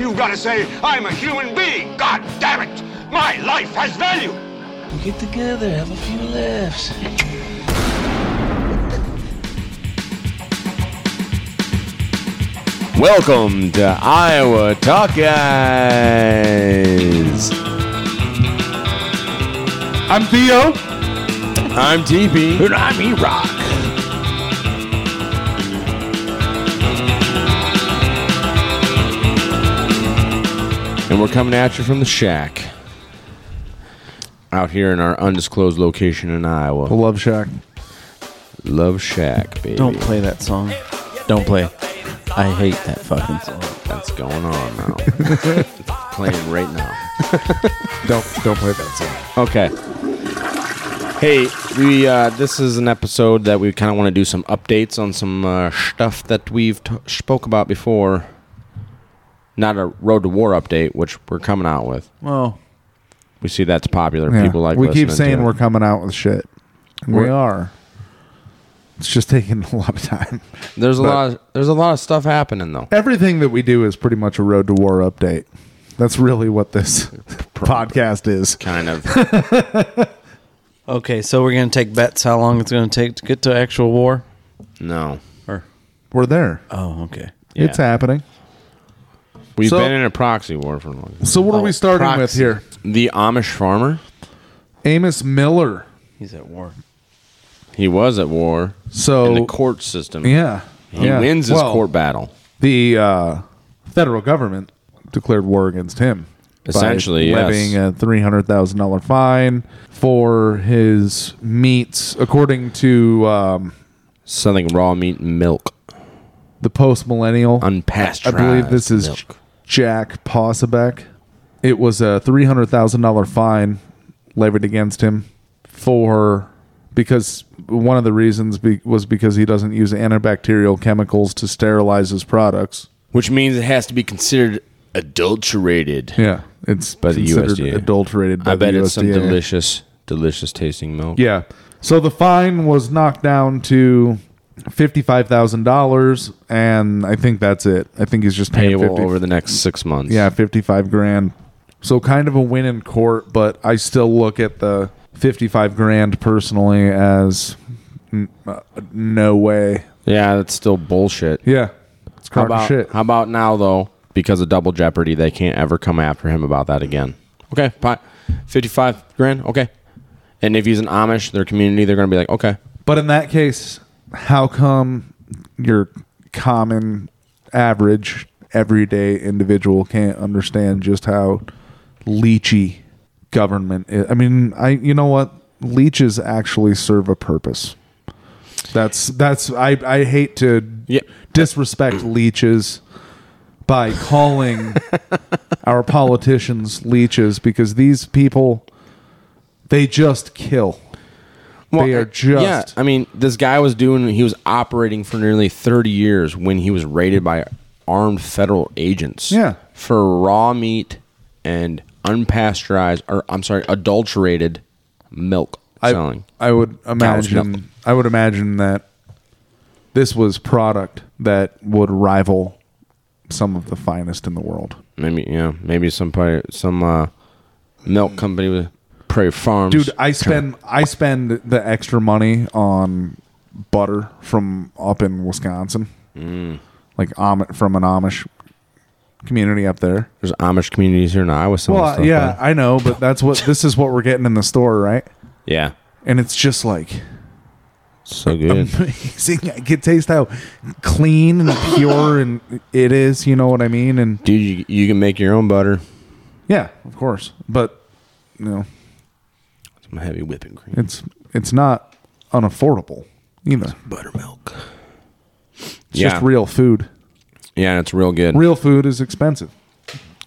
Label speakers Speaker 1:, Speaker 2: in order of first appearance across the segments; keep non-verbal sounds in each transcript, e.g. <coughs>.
Speaker 1: You've got to say, I'm a human being. God damn it. My life has value.
Speaker 2: We'll get together, have a few laughs.
Speaker 3: Welcome to Iowa Talk Guys.
Speaker 4: I'm Theo.
Speaker 3: I'm TP.
Speaker 4: And I'm E Rock.
Speaker 3: And we're coming at you from the shack out here in our undisclosed location in Iowa.
Speaker 4: The Love Shack.
Speaker 3: Love Shack, baby.
Speaker 5: Don't play that song. Don't play. I hate that fucking song.
Speaker 3: That's going on now. <laughs> it's playing right
Speaker 5: <laughs>
Speaker 3: now.
Speaker 4: Don't don't play that
Speaker 3: Okay. Hey, we uh, this is an episode that we kind of want to do some updates on some uh, stuff that we've t- spoke about before. Not a Road to War update, which we're coming out with.
Speaker 5: Well,
Speaker 3: We see that's popular.
Speaker 4: song. Yeah.
Speaker 3: People like.
Speaker 4: we keep
Speaker 3: listening
Speaker 4: saying
Speaker 3: to it.
Speaker 4: we're coming out with shit. And we
Speaker 3: We're-
Speaker 4: are. It's just taking <laughs> a lot of time.
Speaker 3: There's a
Speaker 4: but-
Speaker 3: lot. Of, there's a lot of stuff happening though.
Speaker 4: Everything that we do is pretty much a road to war update. That's really what this <laughs> podcast is.
Speaker 3: Kind
Speaker 4: <laughs>
Speaker 3: of.
Speaker 5: okay, so we're gonna take bets how long it's gonna take to get to actual war.
Speaker 3: no.
Speaker 5: Or
Speaker 4: We're there.
Speaker 5: oh, okay.
Speaker 4: It's happening.
Speaker 3: We've
Speaker 4: So-
Speaker 3: been in a proxy war for a long.
Speaker 4: So what are we starting with
Speaker 5: proxy.
Speaker 4: here?
Speaker 3: The Amish farmer.
Speaker 4: Amos Miller.
Speaker 5: He's at war.
Speaker 3: He was at war in
Speaker 4: So
Speaker 3: the court system.
Speaker 4: yeah,
Speaker 3: He
Speaker 4: yeah.
Speaker 3: wins his
Speaker 4: Well,
Speaker 3: court battle.
Speaker 4: The uh, federal government declared war against him. by
Speaker 3: Essentially, yes.
Speaker 4: levying a three hundred thousand dollar fine for his meats, according to um,
Speaker 3: Selling raw meat and milk.
Speaker 4: the post millennial. I
Speaker 3: unpasteurized.
Speaker 4: believe this is
Speaker 3: milk.
Speaker 4: Jack Possebeck. It was a three hundred thousand dollar fine levied against him for because one of the reasons be, was because he doesn't use antibacterial chemicals to sterilize his products.
Speaker 3: which means it has to be considered adulterated.
Speaker 4: Yeah, it's
Speaker 3: By the
Speaker 4: considered
Speaker 3: USDA.
Speaker 4: adulterated. By
Speaker 3: I bet
Speaker 4: the
Speaker 3: it's some
Speaker 4: USDA.
Speaker 3: delicious, delicious tasting milk.
Speaker 4: Yeah. So the fine was knocked down to fifty-five thousand dollars, and I think that's it. I think he's just paying
Speaker 3: payable
Speaker 4: 50,
Speaker 3: over the next six months.
Speaker 4: yeah fifty-five grand. So kind of a win in court, but I still look at the fifty-five grand personally as n- uh, no way.
Speaker 3: yeah, that's still bullshit.
Speaker 4: Yeah, it's
Speaker 3: How
Speaker 4: kind
Speaker 3: about
Speaker 4: of shit.
Speaker 3: how about now though? Because of double jeopardy, they can't ever come after him about that again. Okay, fine. fifty-five grand. Okay, and if he's an Amish, their community, they're gonna be like, okay,
Speaker 4: But in that case, how come your common, average, everyday individual can't understand just how leechy government is? I mean, I you know what? Leeches actually serve a purpose. That's that's I I hate to
Speaker 3: Yeah.
Speaker 4: disrespect leeches by calling
Speaker 3: <laughs>
Speaker 4: our politicians leeches because these people they just kill. they are just
Speaker 3: uh, Yeah, I mean, this guy was doing. He was operating for nearly thirty years when he was raided by armed federal agents.
Speaker 4: Yeah.
Speaker 3: for raw meat and unpasteurized, or I'm sorry, adulterated milk selling.
Speaker 4: I would
Speaker 3: nothing.
Speaker 4: imagine. I would imagine that this was product that would rival some of the finest in the world.
Speaker 3: Maybe you know, maybe some pri- some uh, milk company with Prairie Farms.
Speaker 4: Mm. Dude, I spend I spend the extra money on butter Mm. from up in Wisconsin, like Am- from an Amish community up there.
Speaker 3: There's Amish communities here in Iowa. Selling
Speaker 4: Well,
Speaker 3: stuff,
Speaker 4: yeah,
Speaker 3: huh?
Speaker 4: I know, but that's what this is what we're getting in the store, right?
Speaker 3: yeah,
Speaker 4: And it's just like
Speaker 3: so good.
Speaker 4: <laughs> amazing. I can taste how clean and pure and it is. You know what I mean? And
Speaker 3: Dude, you, you can make your own butter.
Speaker 4: yeah, of course. But you know,
Speaker 3: Some heavy whipping cream,
Speaker 4: it's it's not unaffordable either.
Speaker 3: buttermilk.
Speaker 4: It's
Speaker 3: yeah,
Speaker 4: just real food.
Speaker 3: yeah, and it's real good.
Speaker 4: Real food is expensive.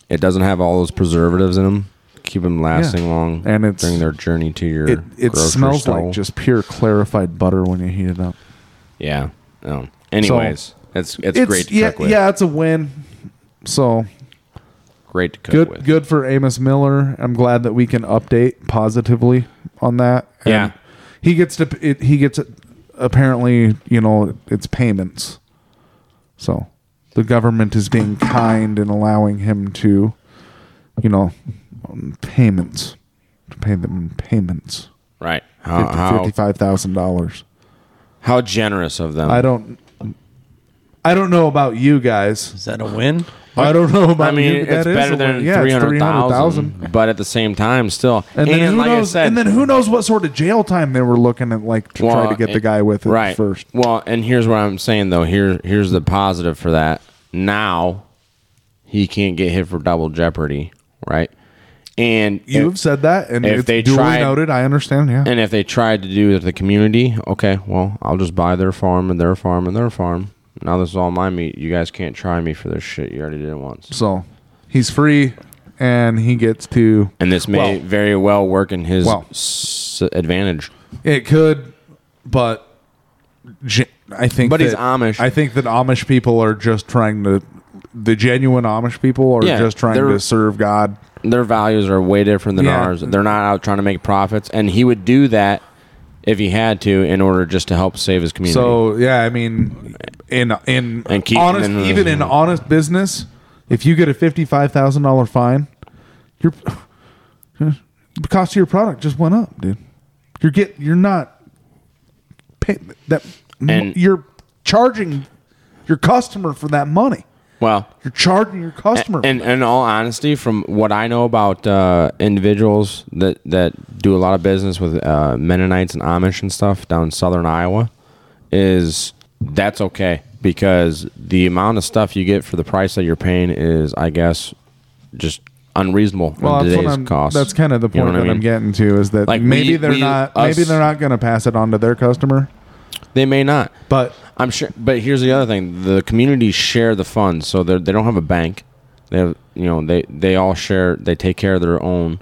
Speaker 3: It doesn't have all those preservatives in them. Keep them lasting long
Speaker 4: And it's-
Speaker 3: during their journey to your.
Speaker 4: It it
Speaker 3: grocery
Speaker 4: smells
Speaker 3: store.
Speaker 4: like just pure clarified butter when you heat it up.
Speaker 3: yeah. Oh. Anyways, it's, it's great to
Speaker 4: yeah,
Speaker 3: cook with.
Speaker 4: yeah, it's a win. So
Speaker 3: great to cook
Speaker 4: good
Speaker 3: with.
Speaker 4: good for Amos Miller. I'm glad that we can update positively on that. And
Speaker 3: Yeah.
Speaker 4: he gets to it, he gets apparently you know it's payments, so the government is being kind and allowing him to, you know, um, payments to pay them in payments
Speaker 3: Right? How, Uh, how,
Speaker 4: fifty five thousand dollars.
Speaker 3: how generous of them.
Speaker 4: I don't. I don't know about you guys.
Speaker 5: Is that a win?
Speaker 4: I don't know about
Speaker 3: I mean,
Speaker 4: you, but
Speaker 3: it's
Speaker 4: that is
Speaker 3: better
Speaker 4: a
Speaker 3: than
Speaker 4: win. Yeah,
Speaker 3: three
Speaker 4: it's
Speaker 3: hundred
Speaker 4: $300,000.
Speaker 3: thousand, but at the same time, still.
Speaker 4: And then who
Speaker 3: like
Speaker 4: knows?
Speaker 3: I said,
Speaker 4: and then who knows what sort of jail time they were looking at, like to try to get the
Speaker 3: it-
Speaker 4: guy with it
Speaker 3: right
Speaker 4: first.
Speaker 3: Well, and here's what I'm saying though. Here, here's the positive for that. Now, he can't get hit for double jeopardy, right? And
Speaker 4: You've
Speaker 3: if,
Speaker 4: said that, and
Speaker 3: if
Speaker 4: it's
Speaker 3: they
Speaker 4: duly
Speaker 3: tried-
Speaker 4: noted. I understand. Yeah,
Speaker 3: and if they tried to do it to the community, okay, well, I'll just buy their farm and their farm and their farm. Now this is all my meat. You guys can't try me for this shit. You already did it once.
Speaker 4: so he's free, and he gets to.
Speaker 3: And this may
Speaker 4: Well-
Speaker 3: very well work in his
Speaker 4: Well-
Speaker 3: s- advantage.
Speaker 4: It could, but ge- I think.
Speaker 3: But he's
Speaker 4: that-
Speaker 3: Amish.
Speaker 4: I think that Amish people are just trying to. The genuine Amish people are
Speaker 3: Yeah,
Speaker 4: just trying
Speaker 3: they're-
Speaker 4: to serve God.
Speaker 3: Their values are way different than
Speaker 4: Yeah.
Speaker 3: ours. They're not out trying to make profits, and he would do that if he had to in order just to help save his community.
Speaker 4: So yeah, I mean, in in
Speaker 3: And keep-
Speaker 4: honest,
Speaker 3: and-
Speaker 4: even in honest business, if you get a fifty five thousand dollar fine, your the cost of your product just went up, dude. You're get you're not pay, that
Speaker 3: And-
Speaker 4: you're charging your customer for that money.
Speaker 3: well,
Speaker 4: You're charging your customer.
Speaker 3: and in all honesty, from what I know about uh, individuals that that do a lot of business with uh, Mennonites and Amish and stuff down in southern Iowa, is that's okay because the amount of stuff you get for the price that you're paying is, I guess, just unreasonable
Speaker 4: well,
Speaker 3: in
Speaker 4: that's,
Speaker 3: today's
Speaker 4: what I'm,
Speaker 3: cost.
Speaker 4: that's kind of the
Speaker 3: You know
Speaker 4: point
Speaker 3: what
Speaker 4: that
Speaker 3: I
Speaker 4: I'm
Speaker 3: mean?
Speaker 4: getting to is that
Speaker 3: Like,
Speaker 4: maybe
Speaker 3: we-
Speaker 4: they're
Speaker 3: we-
Speaker 4: not maybe
Speaker 3: us-
Speaker 4: they're not going to pass it on to their customer,
Speaker 3: They may not,
Speaker 4: but
Speaker 3: I'm sure. But here's the other thing: the communities share the funds, so they they don't have a bank. They have, you know, they they all share. They take care of their own.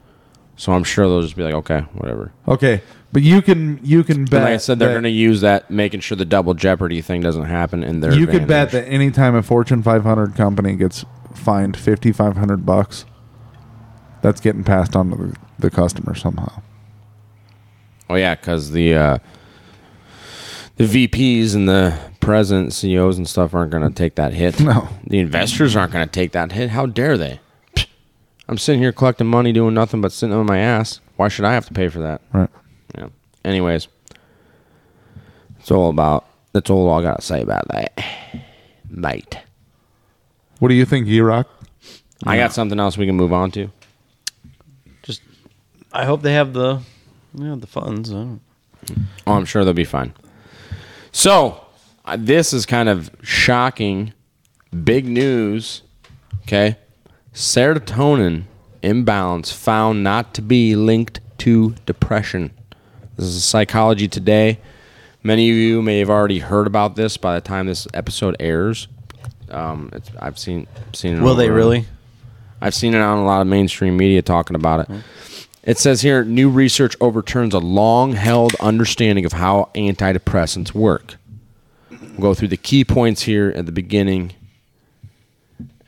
Speaker 3: So I'm sure they'll just be like, okay, whatever.
Speaker 4: Okay, but you can you can bet.
Speaker 3: And like I said, they're
Speaker 4: that-
Speaker 3: going to use that, making sure the double jeopardy thing doesn't happen in their.
Speaker 4: You could bet
Speaker 3: advantage.
Speaker 4: that anytime a Fortune 500 company gets fined 5,500 bucks, that's getting passed on to the, the customer somehow.
Speaker 3: Oh yeah, because the uh, the VPs and the president CEOs and stuff aren't going to take that hit.
Speaker 4: No.
Speaker 3: the investors aren't going to take that hit. How dare they? Pfft. I'm sitting here collecting money, doing nothing but sitting on my ass. Why should I have to pay for that?
Speaker 4: Right.
Speaker 3: Yeah. Anyways, it's all about. That's all I gotta say about that, mate.
Speaker 4: What do you think, E Rock?
Speaker 3: I got something else we can move on to.
Speaker 5: Just, I hope they have the, you know, the funds. I don't-
Speaker 3: Oh, I'm sure they'll be fine. So, uh, this is kind of shocking, big news. Okay, serotonin imbalance found not to be linked to depression. This is Psychology Today. Many of you may have already heard about this by the time this episode airs. Um, it's, I've seen seen it.
Speaker 5: Will
Speaker 3: all
Speaker 5: they
Speaker 3: around.
Speaker 5: really?
Speaker 3: I've seen it on a lot of mainstream media talking about it. It says here new research overturns a long held understanding of how antidepressants work. We'll go through the key points here at the beginning.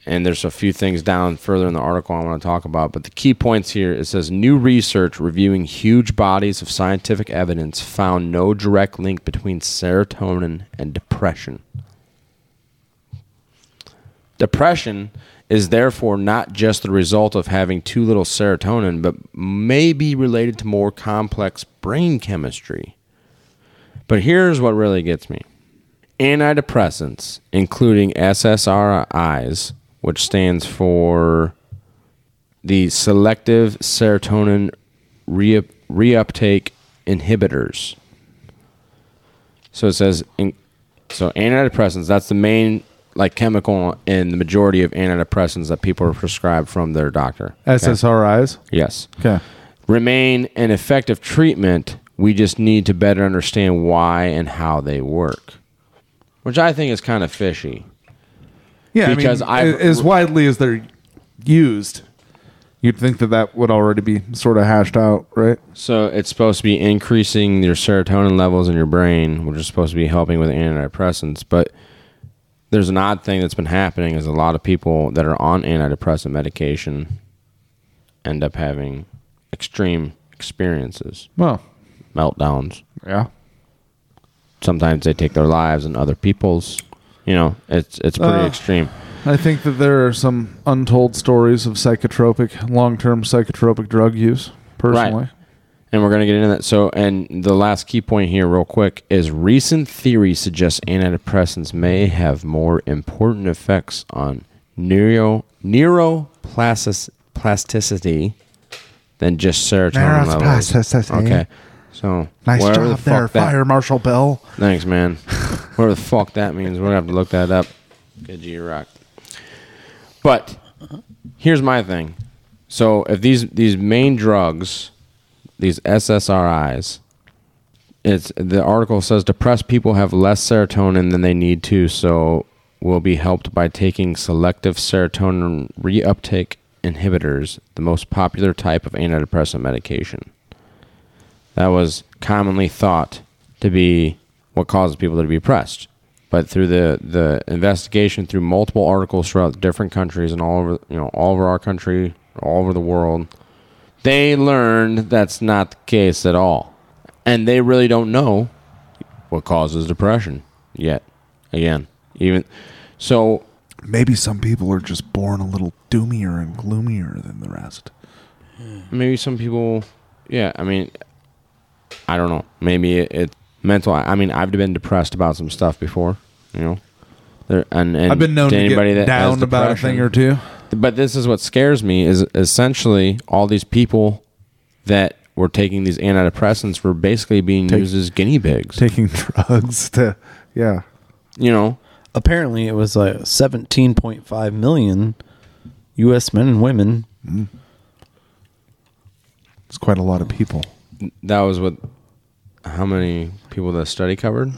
Speaker 3: And there's a few things down further in the article I want to talk about. But the key points here it says new research reviewing huge bodies of scientific evidence found no direct link between serotonin and depression. Depression is therefore not just the result of having too little serotonin, but may be related to more complex brain chemistry. But here's what really gets me antidepressants, including SSRIs, which stands for the selective serotonin re- reuptake inhibitors. So it says, in, so antidepressants, that's the main like chemical in the majority of antidepressants that people are prescribed from their doctor.
Speaker 4: SSRIs.
Speaker 3: Yes
Speaker 4: Okay.
Speaker 3: remain an effective treatment. We just need to better understand why and how they work, which I think is kind of fishy.
Speaker 4: Yeah,
Speaker 3: Because
Speaker 4: I mean,
Speaker 3: I've-
Speaker 4: a- as widely as they're used, you'd think that that would already be sort of hashed out, right?
Speaker 3: So it's supposed to be increasing your serotonin levels in your brain, which is supposed to be helping with antidepressants. But there's an odd thing that's been happening is a lot of people that are on antidepressant medication end up having extreme experiences,
Speaker 4: Well,
Speaker 3: meltdowns.
Speaker 4: yeah.
Speaker 3: Sometimes they take their lives and other people's. You know, it's it's pretty
Speaker 4: Uh,
Speaker 3: extreme.
Speaker 4: I think that there are some untold stories of psychotropic, long-term psychotropic drug use. Personally,
Speaker 3: And we're going to get into that. So, and the last key point here, real quick, is recent theory suggests antidepressants may have more important effects on neuro neuroplasticity than just serotonin levels.
Speaker 4: Neuroplasticity.
Speaker 3: Okay. So,
Speaker 4: nice
Speaker 3: whatever the
Speaker 4: job
Speaker 3: fuck
Speaker 4: there,
Speaker 3: that-
Speaker 4: Fire Marshal Bell.
Speaker 3: Thanks, man. <laughs> Whatever the fuck that means, we're gonna have to look that up. Good G Rock. But here's my thing. So if these these main drugs, these SSRIs, it's the article says depressed people have less serotonin than they need to, so will be helped by taking selective serotonin reuptake inhibitors, the most popular type of antidepressant medication that was commonly thought to be what causes people to be depressed. But through the, the investigation, through multiple articles throughout different countries and all over you know all over our country, all over the world, they learned that's not the case at all, and they really don't know what causes depression yet. Again, even so,
Speaker 4: Maybe some people are just born a little doomier and gloomier than the rest.
Speaker 3: maybe some people yeah i mean i don't know maybe it, it mental i mean i've been depressed about some stuff before you know there, and, and
Speaker 4: I've been known to,
Speaker 3: anybody
Speaker 4: get
Speaker 3: that has
Speaker 4: down about a
Speaker 3: depression-
Speaker 4: thing or two.
Speaker 3: but this is what scares me is essentially all these people that were taking these antidepressants were basically being used as guinea pigs
Speaker 4: Taking <laughs> drugs to, yeah,
Speaker 3: you know
Speaker 5: Apparently, it was uh, like 17.5 million U.S. men and women.
Speaker 4: it's quite a lot of people.
Speaker 3: that was what how many people that study covered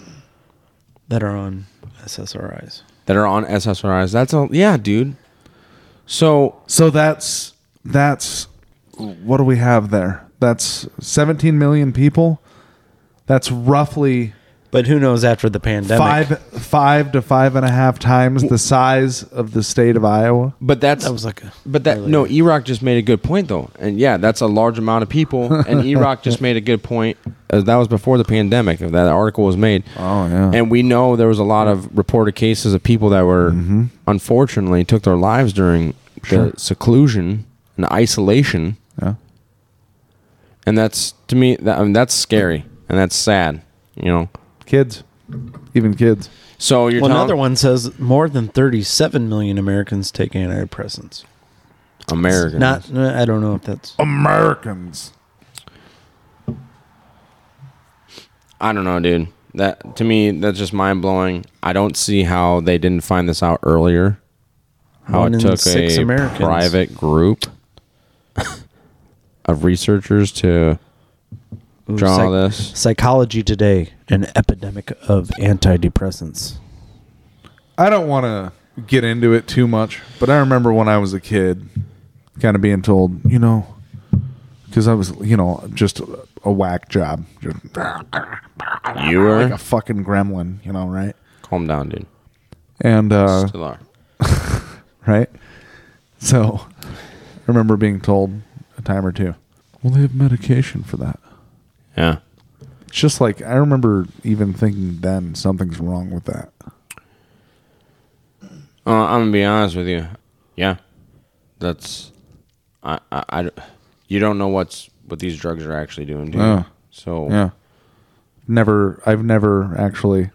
Speaker 5: that are on SSRIs.
Speaker 3: that are on ssris that's all yeah dude so
Speaker 4: Oh, So that's that's what do we have there? That's 17 million people. That's roughly
Speaker 5: But who knows after the pandemic?
Speaker 4: five five to five and a half times the size of the state of Iowa.
Speaker 3: but that's
Speaker 5: That was like a.
Speaker 3: But that no, E Rock just made a good point though, and yeah, that's a large amount of people. And E Rock just made a good point. Uh, that was before the pandemic. That article was made.
Speaker 4: Oh, yeah.
Speaker 3: And we know there was a lot of reported cases of people that were unfortunately took their lives during the seclusion and isolation.
Speaker 4: Yeah.
Speaker 3: And that's to me, that, I mean, that's scary and that's sad. You know.
Speaker 4: Kids, even kids.
Speaker 3: So you're
Speaker 5: Well,
Speaker 3: telling
Speaker 5: another one says more than 37 million Americans take antidepressants.
Speaker 3: American.
Speaker 5: Not, no, I don't know if that's.
Speaker 4: Americans.
Speaker 3: I don't know, dude. That to me, that's just mind blowing. I don't see how they didn't find this out earlier. How
Speaker 5: One
Speaker 3: it
Speaker 5: in
Speaker 3: took
Speaker 5: six
Speaker 3: a
Speaker 5: Americans.
Speaker 3: private group of researchers to
Speaker 5: Ooh,
Speaker 3: draw
Speaker 5: psych-
Speaker 3: this.
Speaker 5: Psychology Today: An Epidemic of Antidepressants.
Speaker 4: I don't want to get into it too much, but I remember when I was a kid, kind of being told, you know, because I was, you know, just a, a whack job, just
Speaker 3: You were
Speaker 4: like a fucking gremlin, you know, right?
Speaker 3: calm down, dude.
Speaker 4: And uh,
Speaker 3: Still are.
Speaker 4: right? So I remember being told a time or two, well, they have medication for that.
Speaker 3: Yeah.
Speaker 4: It's just like, I remember even thinking then something's wrong with that.
Speaker 3: Uh, I'm gonna be honest with you. Yeah, that's I, I, I d- you don't know what's what these drugs are actually doing, dude.
Speaker 4: Yeah.
Speaker 3: so
Speaker 4: Oh. Yeah. Never, I've never actually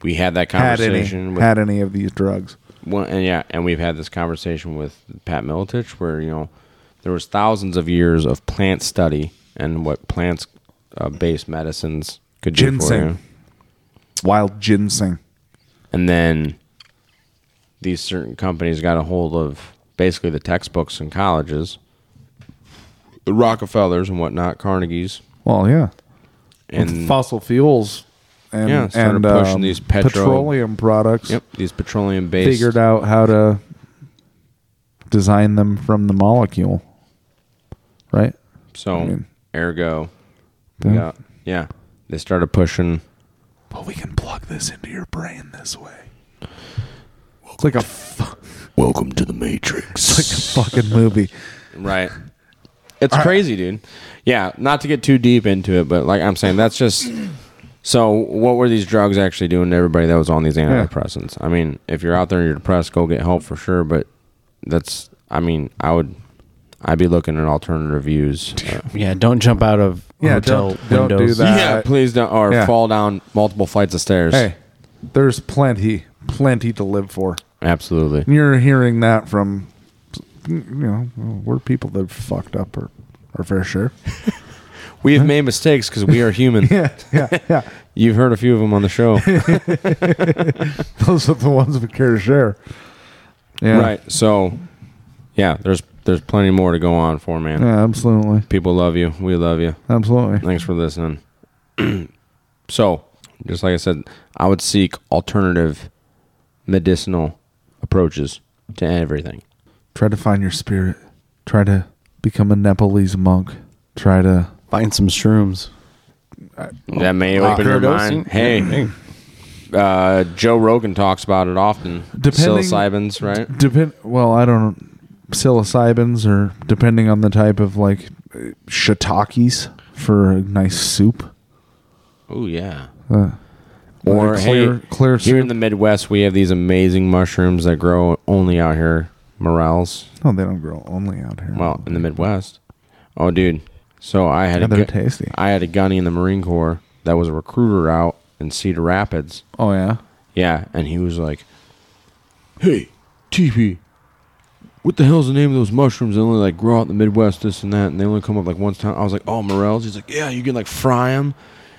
Speaker 3: we had that
Speaker 4: had any,
Speaker 3: conversation with
Speaker 4: had any of these drugs.
Speaker 3: Well, and yeah, and we've had this conversation with Pat Militich where you know there was thousands of years of plant study and what plants uh, based medicines could do for you,
Speaker 4: Ginseng. Wild ginseng.
Speaker 3: and then these certain companies got a hold of basically the textbooks in colleges, the Rockefellers and whatnot, Carnegies,
Speaker 4: Well, yeah.
Speaker 3: and
Speaker 4: fossil fuels and,
Speaker 3: Yeah, started
Speaker 4: and
Speaker 3: pushing
Speaker 4: um,
Speaker 3: these petro-
Speaker 4: petroleum products.
Speaker 3: yep, these petroleum based
Speaker 4: Figured out how to design them from the molecule, right?
Speaker 3: So,
Speaker 4: I mean-
Speaker 3: ergo,
Speaker 4: Yeah.
Speaker 3: yeah. yeah, they started pushing.
Speaker 4: Well, we can plug this into your brain this way. It's like a fu-
Speaker 2: Welcome to the Matrix.
Speaker 4: it's like a fucking movie.
Speaker 3: Right. It's crazy, dude. Yeah, not to get too deep into it, but like I'm saying, that's just. So, what were these drugs actually doing to everybody that was on these antidepressants? I mean, if you're out there and you're depressed, go get help for sure. But that's, I mean, I would, I'd be looking at alternative
Speaker 4: <laughs>
Speaker 3: views. Uh,
Speaker 5: Yeah, don't jump out of
Speaker 4: Yeah,
Speaker 5: hotel
Speaker 4: don't- don't do
Speaker 5: windows.
Speaker 4: that.
Speaker 3: yeah, please don't, or
Speaker 4: yeah.
Speaker 3: fall down multiple flights of stairs.
Speaker 4: Hey, there's plenty, plenty to live for.
Speaker 3: Absolutely.
Speaker 4: And you're hearing that from, you know, we're people that are fucked up or, or fair share.
Speaker 3: <laughs> We've made mistakes because we are human.
Speaker 4: <laughs> Yeah, yeah, yeah.
Speaker 3: You've heard a few of them on the
Speaker 4: <laughs>
Speaker 3: show.
Speaker 4: Those are the ones we care to share. Yeah.
Speaker 3: Right. So, yeah, there's there's plenty more to go on for, man.
Speaker 4: Yeah, absolutely.
Speaker 3: People love you. We love you.
Speaker 4: Absolutely.
Speaker 3: Thanks for listening. <clears throat> so, just like I said, I would seek alternative medicinal approaches to everything.
Speaker 4: Try to find your spirit. Try to become a Nepalese monk. Try to
Speaker 5: Find some shrooms.
Speaker 3: that may open your mind. Hey, uh, Joe Rogan talks about it often.
Speaker 4: Depending-
Speaker 3: Psilocybins, right?
Speaker 4: depend well, I don't psilocybins or depending on the type of like uh, shiitakes for a nice soup.
Speaker 3: Oh yeah.
Speaker 4: Uh,
Speaker 3: Or
Speaker 4: like clear-
Speaker 3: hey,
Speaker 4: clear
Speaker 3: here in
Speaker 4: soup.
Speaker 3: the Midwest, we have these amazing mushrooms that grow only out here, morels.
Speaker 4: No, they don't grow only out here.
Speaker 3: Well, in the Midwest. Oh, dude. So I had
Speaker 4: Yeah,
Speaker 3: a
Speaker 4: they're
Speaker 3: gu-
Speaker 4: tasty.
Speaker 3: I had a gunny in the Marine Corps that was a recruiter out in Cedar Rapids.
Speaker 4: oh yeah.
Speaker 3: Yeah, and he was like, "Hey, TP, what the hell's the name of those mushrooms that only like grow out in the Midwest, this and that, and they only come up like once time?" I was like, "Oh, morels." He's like, "Yeah, you can like fry them,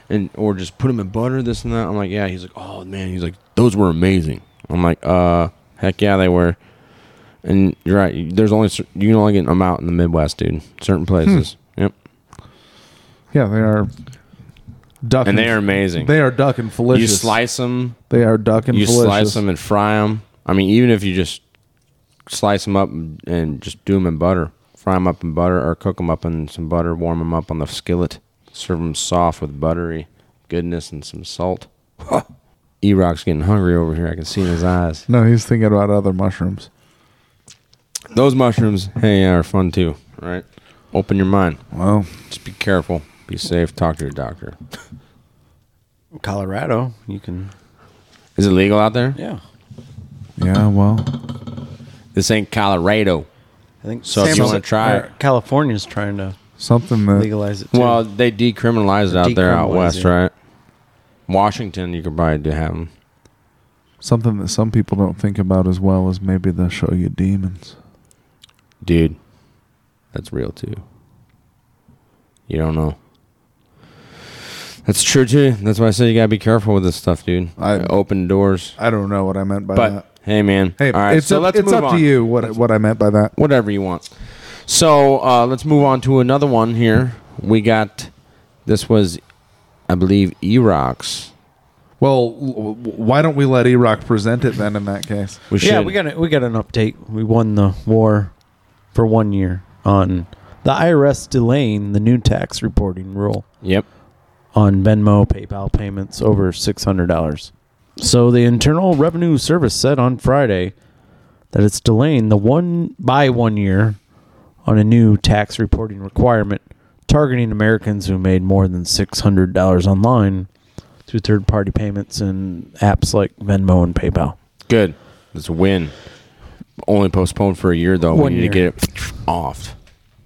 Speaker 3: and or just put them in butter, this and that." I'm like, "Yeah." He's like, "Oh man," he's like, "Those were amazing." I'm like, "Uh, heck yeah, they were." And you're right. you- There's only cer- you can only get them out in the Midwest, dude. Certain places.
Speaker 4: Hmm.
Speaker 3: Yep,
Speaker 4: Yeah, they are duck
Speaker 3: and they are amazing.
Speaker 4: they are duck and felicious.
Speaker 3: you slice them.
Speaker 4: they are duck and
Speaker 3: you
Speaker 4: felicious.
Speaker 3: slice them and fry them. I mean, even if you just slice them up and just do them in butter, fry them up in butter, or cook them up in some butter, warm them up on the skillet, serve them soft with buttery goodness and some salt. <laughs> E Rock's getting hungry over here. I can see in his eyes.
Speaker 4: no, he's thinking about other mushrooms.
Speaker 3: Those mushrooms, hey, are fun too, right? Open your mind.
Speaker 4: Well,
Speaker 3: Just be careful. Be safe. Talk to your doctor.
Speaker 5: Colorado, you can.
Speaker 3: Is it legal out there?
Speaker 5: Yeah,
Speaker 4: <laughs> yeah, well.
Speaker 3: This ain't Colorado.
Speaker 5: I think.
Speaker 3: So if
Speaker 5: San
Speaker 3: you
Speaker 5: Jose-
Speaker 3: wanna
Speaker 4: uh,
Speaker 3: try it-
Speaker 5: or California's trying to
Speaker 4: Something that
Speaker 5: legalize it. Too.
Speaker 3: Well, they decriminalized it out there out
Speaker 5: Decriminalized,
Speaker 3: west,
Speaker 5: yeah.
Speaker 3: right? Washington, you could probably do have them.
Speaker 4: something that some people don't think about as well as maybe they'll show you demons.
Speaker 3: Dude, that's real too. You don't know. That's true too. That's why I say you gotta be careful with this stuff, dude.
Speaker 4: I-
Speaker 3: open doors.
Speaker 4: I don't know what I meant by
Speaker 3: But
Speaker 4: that.
Speaker 3: hey, man.
Speaker 4: Hey,
Speaker 3: All right,
Speaker 4: it's
Speaker 3: so
Speaker 4: up,
Speaker 3: let's
Speaker 4: it's
Speaker 3: move
Speaker 4: up
Speaker 3: on.
Speaker 4: to you what what I meant by that.
Speaker 3: Whatever you want. So uh, let's move on to another one here. We got this was, I believe, E Rocks.
Speaker 4: Well, w- w- why don't we let E-Rock present it then in that case?
Speaker 5: yeah, we got a, we got an update. We won the war for one year on the IRS delaying the new tax reporting rule.
Speaker 3: Yep.
Speaker 5: on Venmo PayPal payments over $600. So the Internal Revenue Service said on Friday that it's delaying the one by one year on a new tax reporting requirement targeting Americans who made more than $600 online through third-party payments and apps like Venmo and PayPal.
Speaker 3: Good. It's a win. Only postponed for a year though.
Speaker 5: One
Speaker 3: we need
Speaker 5: year.
Speaker 3: to get it off.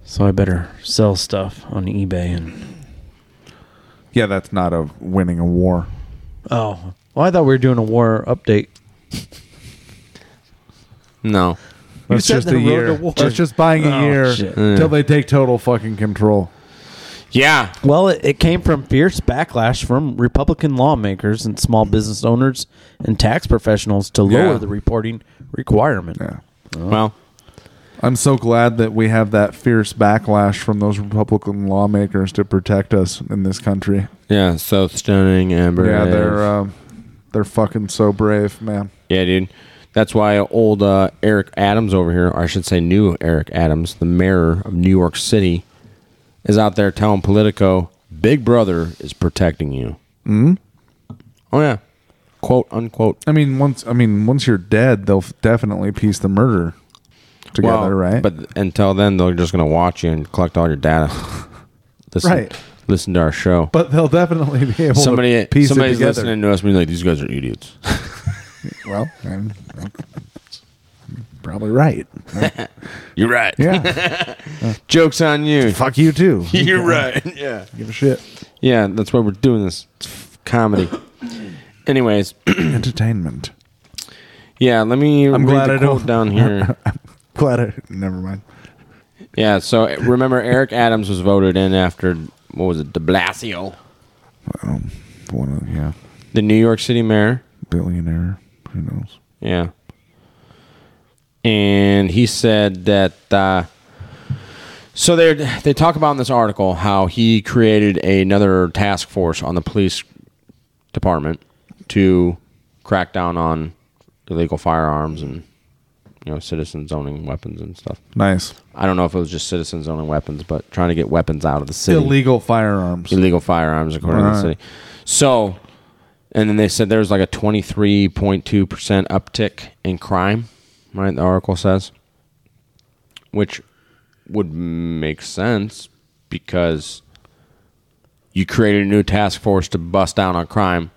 Speaker 5: So I better sell stuff on eBay and
Speaker 4: Yeah, that's not a winning a war.
Speaker 5: oh, well I thought we were doing a war update.
Speaker 3: No.
Speaker 4: That's
Speaker 5: said
Speaker 4: just
Speaker 5: the
Speaker 4: a
Speaker 5: road to
Speaker 4: year.
Speaker 5: war.
Speaker 4: That's just buying a
Speaker 5: Oh,
Speaker 4: year
Speaker 5: shit.
Speaker 4: until they take total fucking control.
Speaker 3: Yeah.
Speaker 5: Well, it, it came from fierce backlash from Republican lawmakers and small business owners and tax professionals to lower
Speaker 4: Yeah.
Speaker 5: the reporting requirement.
Speaker 4: Yeah.
Speaker 3: Well,
Speaker 4: I'm so glad that we have that fierce backlash from those Republican lawmakers to protect us in this country.
Speaker 3: yeah. South Stunning, Amber.
Speaker 4: Yeah,
Speaker 3: Ave.
Speaker 4: they're um, they're fucking so brave, man.
Speaker 3: Yeah, dude. That's why old uh, Eric Adams over here, or I should say new Eric Adams, the mayor of New York City, is out there telling Politico, Big Brother is protecting you. Mm-hmm. Oh, yeah. Quote, unquote.
Speaker 4: I mean, once I mean, once you're dead, they'll f- definitely piece the murder together,
Speaker 3: Well,
Speaker 4: right?
Speaker 3: But until then, they're just going to watch you and collect all your data. <laughs> listen,
Speaker 4: Right.
Speaker 3: Listen to our show.
Speaker 4: but they'll definitely be able
Speaker 3: Somebody,
Speaker 4: to piece it
Speaker 3: somebody's
Speaker 4: together.
Speaker 3: listening to us being like, these guys are idiots. <laughs>
Speaker 4: Well, I'm, I'm probably right.
Speaker 3: You're right.
Speaker 4: Yeah,
Speaker 3: <laughs> Joke's on you. <laughs>
Speaker 4: fuck you too.
Speaker 3: You're right. <laughs> Yeah.
Speaker 4: Give a shit.
Speaker 3: Yeah, that's why we're doing this. It's f- comedy. <coughs> Anyways, <coughs>
Speaker 4: Entertainment.
Speaker 3: yeah, let me I'm read
Speaker 4: glad
Speaker 3: the
Speaker 4: I
Speaker 3: quote down
Speaker 4: don't- <laughs>
Speaker 3: here.
Speaker 4: Glad I. Never mind.
Speaker 3: yeah, so remember Eric Adams was voted in after what was it, De Blasio,
Speaker 4: One of yeah,
Speaker 3: the New York City mayor.
Speaker 4: billionaire. Who knows?
Speaker 3: Yeah. And he said that uh, so they they talk about in this article how he created another task force on the police department to crack down on illegal firearms and you know citizens owning weapons and stuff.
Speaker 4: Nice.
Speaker 3: I don't know if it was just citizens owning weapons, but trying to get weapons out of the city
Speaker 4: Illegal firearms.
Speaker 3: illegal firearms according to the
Speaker 4: Right.
Speaker 3: city. So, and then they said there's like a 23.2% uptick in crime, right? The article says, which would make sense because you created a new task force to bust down on crime.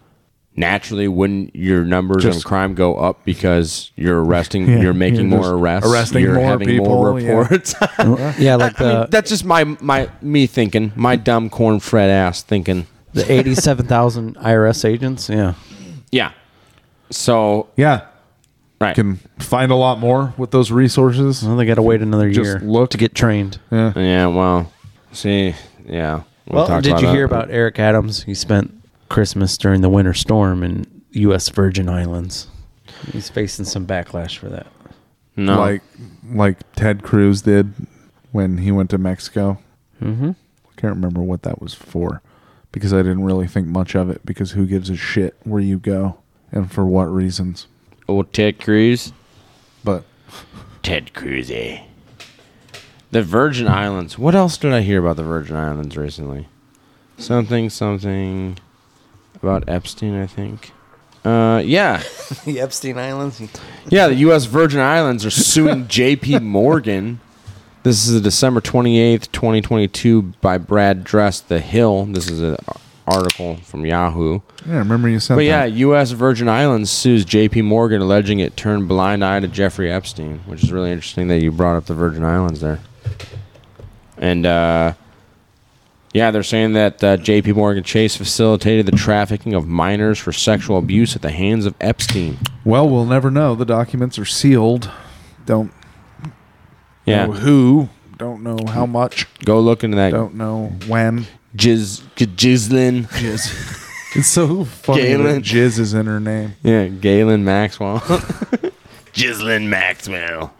Speaker 3: Naturally, wouldn't your numbers
Speaker 4: Just-
Speaker 3: on crime go up because you're arresting,
Speaker 4: <laughs> Yeah,
Speaker 3: you're making
Speaker 4: you're
Speaker 3: more
Speaker 4: just
Speaker 3: arrests,
Speaker 4: arresting
Speaker 3: you're
Speaker 4: more
Speaker 3: having more
Speaker 4: people, yeah.
Speaker 3: reports? <laughs>
Speaker 5: Yeah, like the,
Speaker 3: I mean, that's just my my me thinking, my dumb corn Fred ass thinking.
Speaker 5: the 87,000 IRS agents. Yeah.
Speaker 3: Yeah. So
Speaker 4: Yeah,
Speaker 3: right.
Speaker 4: can find a lot more with those resources.
Speaker 5: Well, they got to wait another
Speaker 4: Just
Speaker 5: year
Speaker 4: look.
Speaker 5: to get trained.
Speaker 3: yeah. Well. See. Yeah. we
Speaker 5: Well,
Speaker 3: talked
Speaker 5: did you
Speaker 3: that.
Speaker 5: hear about Eric Adams? He spent Christmas during the winter storm in U.S. Virgin Islands. He's facing some backlash for that.
Speaker 3: No.
Speaker 4: like like Ted Cruz did when he went to Mexico. Mm-hmm. I can't remember what that was for because I didn't really think much of it because who gives a shit where you go and for what reasons.
Speaker 3: old Ted Cruz.
Speaker 4: But
Speaker 3: Ted Cruz. eh? The Virgin Islands. What else did I hear about the Virgin Islands recently? Something. Something. About Epstein, I think. Uh, yeah.
Speaker 5: <laughs> The Epstein Islands.
Speaker 3: Yeah, the U.S. Virgin Islands are
Speaker 5: <laughs>
Speaker 3: suing J.P. Morgan. This is a December 28th, 2022, by Brad Dress, The Hill. This is an article from Yahoo.
Speaker 4: yeah, remember you said
Speaker 3: But yeah,
Speaker 4: that.
Speaker 3: U.S. Virgin Islands sues J.P. Morgan, alleging it turned blind eye to Jeffrey Epstein, which is really interesting that you brought up the Virgin Islands there. And uh, yeah, they're saying that uh, J.P. Morgan Chase facilitated the trafficking of minors for sexual abuse at the hands of Epstein.
Speaker 4: Well, we'll never know. The documents are sealed. Don't
Speaker 3: Yeah,
Speaker 4: know who. Don't know how much.
Speaker 3: go look into that
Speaker 4: Don't know when.
Speaker 3: Jiz Gizlin.
Speaker 4: Jizz. it's so funny
Speaker 3: Galen.
Speaker 4: that Jizz is in her name.
Speaker 3: <laughs> Yeah, Galen Maxwell. <laughs> Gizlin Maxwell.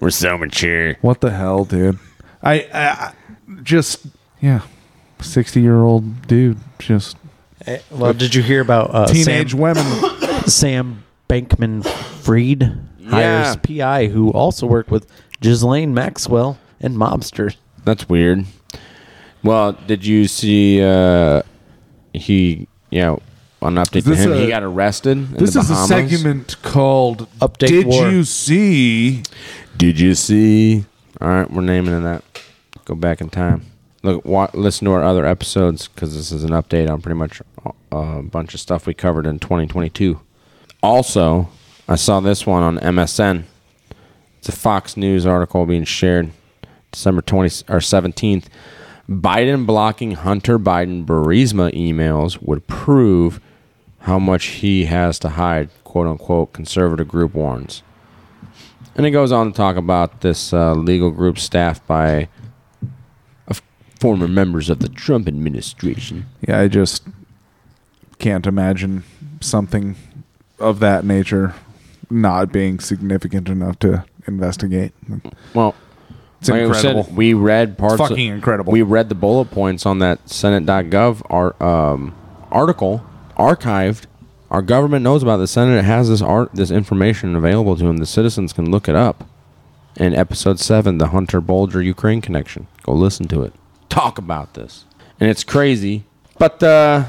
Speaker 3: We're so mature.
Speaker 4: What the hell, dude? I, I I- just yeah, sixty year old dude, just
Speaker 5: Eh, Well, did you hear about uh,
Speaker 4: teenage
Speaker 5: Sam, <coughs>
Speaker 4: women.
Speaker 5: Sam Bankman Freed
Speaker 3: Yeah.
Speaker 5: hires PI who also worked with Ghislaine Maxwell and mobsters?
Speaker 3: That's weird. Well, did you see uh he yeah, on an update to
Speaker 4: this
Speaker 3: him,
Speaker 4: a-
Speaker 3: he got arrested. In
Speaker 4: This
Speaker 3: the
Speaker 4: is a
Speaker 3: Bahamas.
Speaker 4: segment called
Speaker 5: Update
Speaker 4: Did
Speaker 5: War."
Speaker 4: you see?
Speaker 3: Did you see? All right, we're naming it that. Go back in time. Look, wa listen to our other episodes because this is an update on pretty much a a bunch of stuff we covered in 2022. Also, I saw this one on MSN. It's a Fox News article being shared December 20 or 17th. Biden blocking Hunter Biden Burisma emails would prove how much he has to hide, quote unquote, conservative group warns. And he goes on to talk about this uh, legal group staffed by of former members of the Trump administration.
Speaker 4: Yeah, I just can't imagine something of that nature not being significant enough to investigate.
Speaker 3: Well,
Speaker 4: It's incredible.
Speaker 3: I said, we read parts. of-
Speaker 4: fucking incredible.
Speaker 3: We read the bullet points on that Senate.gov ar- um, article archived. Our government knows about it. the Senate. has this art, this information available to them. The citizens can look it up. In episode seven, the Hunter Bolger Ukraine connection. Go listen to it. Talk about this, and it's crazy. But uh,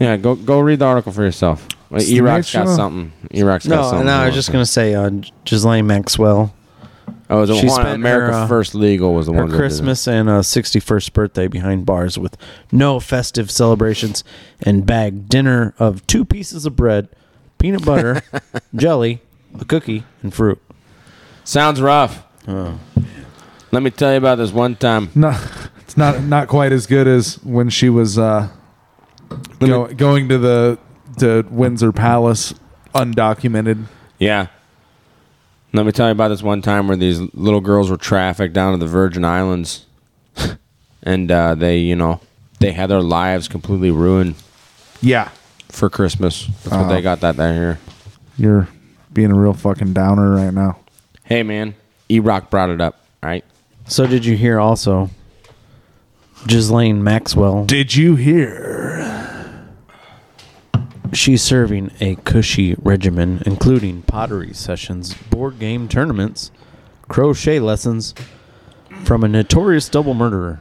Speaker 3: yeah, go go read the article for yourself.
Speaker 4: the
Speaker 3: Iraq's got
Speaker 4: nature-
Speaker 3: something. Iraq's got
Speaker 5: No,
Speaker 3: something.
Speaker 5: and I was just gonna say, uh, Ghislaine Maxwell.
Speaker 3: Oh, it was the
Speaker 5: she
Speaker 3: one-
Speaker 5: spent
Speaker 3: America
Speaker 5: her, uh,
Speaker 3: First Legal was the
Speaker 5: Her
Speaker 3: one. that did it.
Speaker 5: Christmas and uh, 61st birthday behind bars with no festive celebrations and bagged dinner of two pieces of bread, peanut butter, jelly, a cookie, and fruit.
Speaker 3: Sounds rough. Let me tell you about this one time.
Speaker 4: No, it's not not quite as good as when she was uh, go, going to the to Windsor Palace undocumented.
Speaker 3: Yeah. Let me tell you about this one time where these little girls were trafficked down to the Virgin Islands, <laughs> and uh, they, you know, they had their lives completely ruined
Speaker 4: Yeah,
Speaker 3: for Christmas. That's what they got that down here.
Speaker 4: you're being a real fucking downer right now.
Speaker 3: Hey, man, E Rock brought it up, right?
Speaker 5: So did you hear also Ghislaine Maxwell?
Speaker 4: Did you hear?
Speaker 5: She's serving a cushy regimen, including pottery sessions, board game tournaments, crochet lessons from a notorious double murderer.